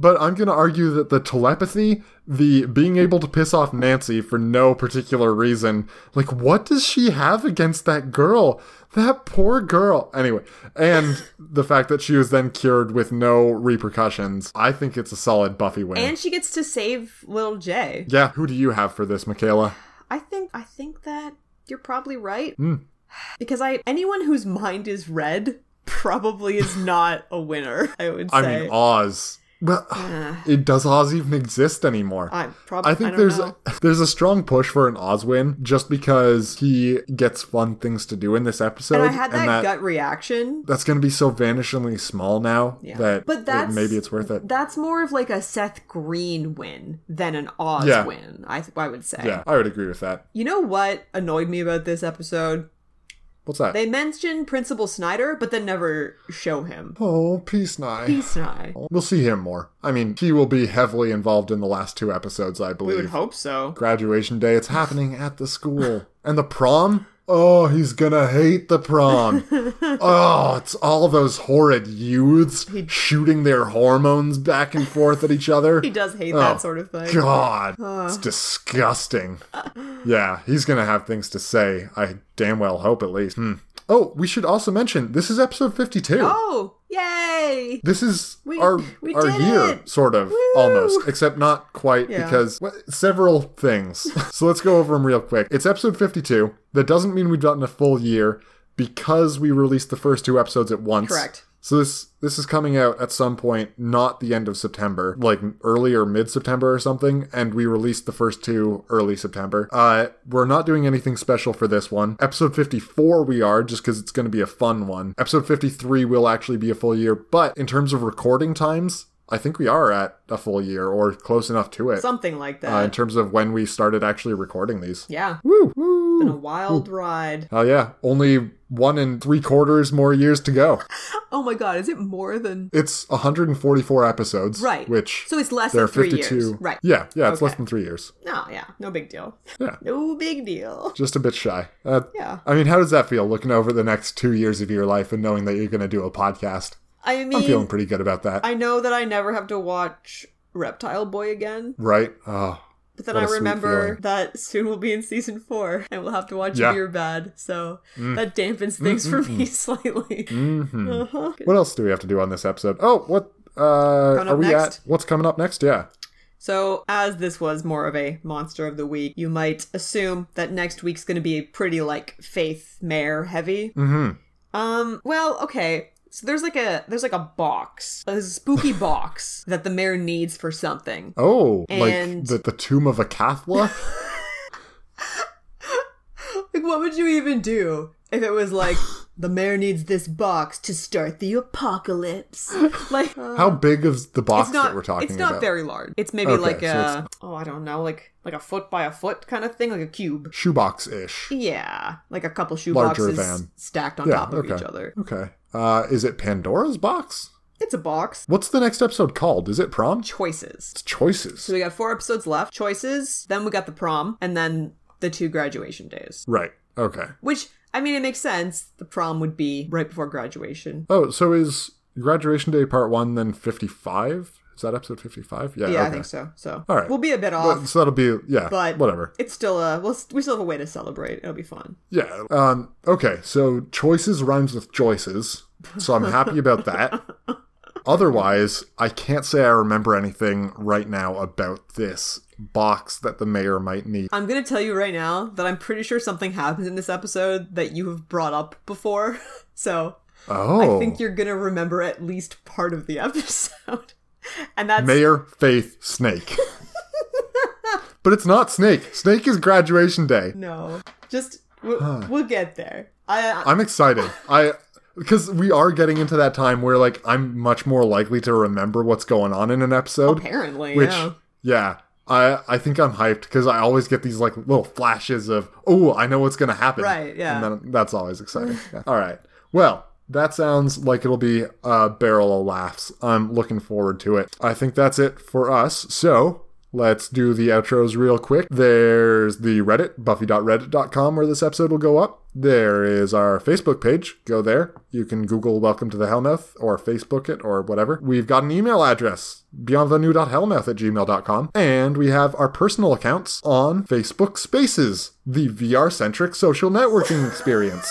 B: but I'm going to argue that the telepathy, the being able to piss off Nancy for no particular reason, like, what does she have against that girl? That poor girl. Anyway, and the fact that she was then cured with no repercussions, I think it's a solid Buffy win.
A: And she gets to save little Jay.
B: yeah, who do you have for this, Michaela?
A: I think I think that you're probably right.
B: Hmm.
A: Because I anyone whose mind is red probably is not a winner, I would say.
B: I mean, Oz. Well, it does Oz even exist anymore?
A: I prob-
B: I think
A: I don't
B: there's
A: know.
B: there's a strong push for an Oz win just because he gets fun things to do in this episode,
A: and I had that,
B: and that-
A: gut reaction.
B: that's going to be so vanishingly small now
A: Yeah.
B: that
A: But
B: it-
A: that's-
B: maybe it's worth it.
A: That's more of like a Seth Green win than an Oz
B: Yeah.
A: win, I, th- I would say.
B: yeah, I would agree with that.
A: You know what annoyed me about this episode?
B: What's that?
A: They mentioned Principal Snyder, but then never show him.
B: oh, peace nigh.
A: He's not.
B: We'll see him more. I mean, he will be heavily involved in the last two episodes,
A: We
B: I
A: would
B: believe.
A: hope so.
B: Graduation day, it's happening at the school. And the prom? Oh, he's gonna hate the prom. oh, it's all those horrid youths shooting their hormones back and forth at each other.
A: He does hate
B: Oh,
A: that sort of thing.
B: God, it's disgusting. yeah, he's gonna have things to say. I damn well hope, at least. Hmm. Oh, we should also mention this is episode fifty-two.
A: Oh, yay!
B: This is
A: We-
B: our
A: we
B: our
A: did
B: year,
A: it!
B: sort of, almost, except not quite,
A: Yeah.
B: because well, several things. so let's go over them real quick. It's episode 52. That doesn't mean we've gotten a full year because we released the first two episodes at once.
A: Correct.
B: So this this is coming out at some point, not the end of September, like early or mid September or something, and we released the first two early September. Uh, we're not doing anything special for this one. Episode fifty four, we are just because it's going to be a fun one. Episode fifty three will actually be a full year, but in terms of recording times, I think we are at a full year or close enough to it.
A: Something like that.
B: uh, in terms of when we started actually recording these.
A: yeah.
B: Woo!
A: Been a wild ride.
B: Oh yeah, only one and three quarters more years to go.
A: Oh my god, is it more than
B: It's 144 episodes.
A: Right.
B: Which
A: So it's less
B: there
A: than
B: are
A: three
B: 52.
A: years. Right.
B: Yeah. Yeah. It's less
A: Okay.
B: than three years.
A: No, yeah. No big deal.
B: Yeah.
A: No big deal.
B: Just a bit shy. Uh,
A: Yeah.
B: I mean, how does that feel looking over the next two years of your life and knowing that you're going to do a podcast?
A: I
B: I'm feeling
A: mean
B: pretty good about that.
A: I know that I never have to watch Reptile Boy again.
B: right. Oh,
A: But then
B: What
A: I
B: a sweet
A: remember
B: feeling.
A: that soon we'll be in season four and we'll have to watch
B: Yeah. Mm. Mm-hmm.
A: Beer Bad. So that dampens things for me slightly. Uh-huh.
B: what else do we have to do on this episode? Oh, what uh,
A: Coming
B: are
A: up
B: we
A: next?
B: at? What's coming up next? Yeah.
A: So, as this was more of a monster of the week, you might assume that next week's going to be pretty like faith mare heavy.
B: Mm-hmm.
A: Um, well, okay. So there's like a there's like a box, a spooky box that the mayor needs for something.
B: Oh,
A: And-
B: like the, the tomb of a Cathla?
A: Like, what would you even do if it was like the mayor needs this box to start the apocalypse? Like,
B: how big is the box
A: it's not
B: that we're talking
A: it's not
B: about?
A: very large. It's maybe
B: Okay,
A: like
B: so
A: a
B: it's-
A: oh I don't know like like a foot by a foot kind of thing, like a cube.
B: Shoebox ish.
A: Yeah, like a couple shoe
B: Larger
A: boxes
B: van.
A: stacked on
B: Yeah,
A: top of
B: okay.
A: each other.
B: Okay. Uh, is it Pandora's box?
A: It's a box.
B: What's the next episode called? Is it prom?
A: Choices.
B: It's choices.
A: So we got four episodes left. Choices. Then we got the prom, and then the two graduation days.
B: right. Okay.
A: Which I mean, it makes sense. The prom would be right before graduation.
B: Oh, so is graduation day part one then 55? Is that episode 55? Yeah,
A: Yeah, I
B: okay.
A: think so. So
B: All right.
A: we'll be a bit
B: But-
A: off,
B: so that'll be, yeah,
A: but
B: whatever.
A: It's still a we'll, we still have a way to celebrate. It'll be fun.
B: Yeah. Um, okay, so choices rhymes with choices. So I'm happy about that. Otherwise, I can't say I remember anything right now about this box that the mayor might need.
A: I'm gonna tell you right now that I'm pretty sure something happens in this episode that you have brought up before. So
B: Oh.
A: I think you're gonna remember at least part of the episode, and that's
B: Mayor Faith Snake. but it's not Snake. Snake is graduation day.
A: no. Just we'll,
B: Huh.
A: we'll get there. I,
B: I'm excited. I because we are getting into that time where like I'm much more likely to remember what's going on in an episode.
A: Apparently,
B: which
A: yeah.
B: yeah, I I think I'm hyped because I always get these like little flashes of oh I know what's gonna happen.
A: Right, yeah.
B: And then that's always exciting. Yeah. All right. Well. That sounds like it'll be a barrel of laughs. I'm looking forward to it. I think that's it for us. So Let's do the outros real quick. There's the Reddit, buffy.reddit.com, where this episode will go up. There is our Facebook page. Go there. You can Google Welcome to the Hellmouth or Facebook it or whatever. We've got an email address, beyondthenewhellmouth at gmail.com. And we have our personal accounts on Facebook Spaces, the VR centric social networking experience.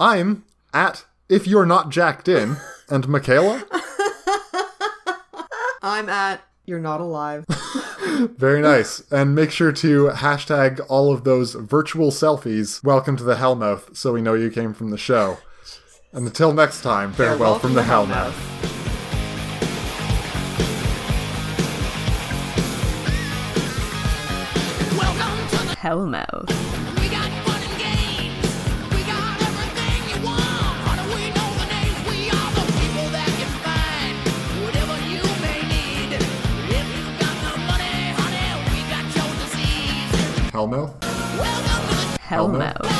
B: I'm at If You're Not Jacked In, and Michaela,
A: I'm at you're not alive.
B: Very nice. And make sure to hashtag all of those virtual selfies, welcome to the Hellmouth, so we know you came from the show. And until next time, farewell, from, the, Hellmouth.
A: Hellmouth.
B: Hellmouth?
A: Hellmouth.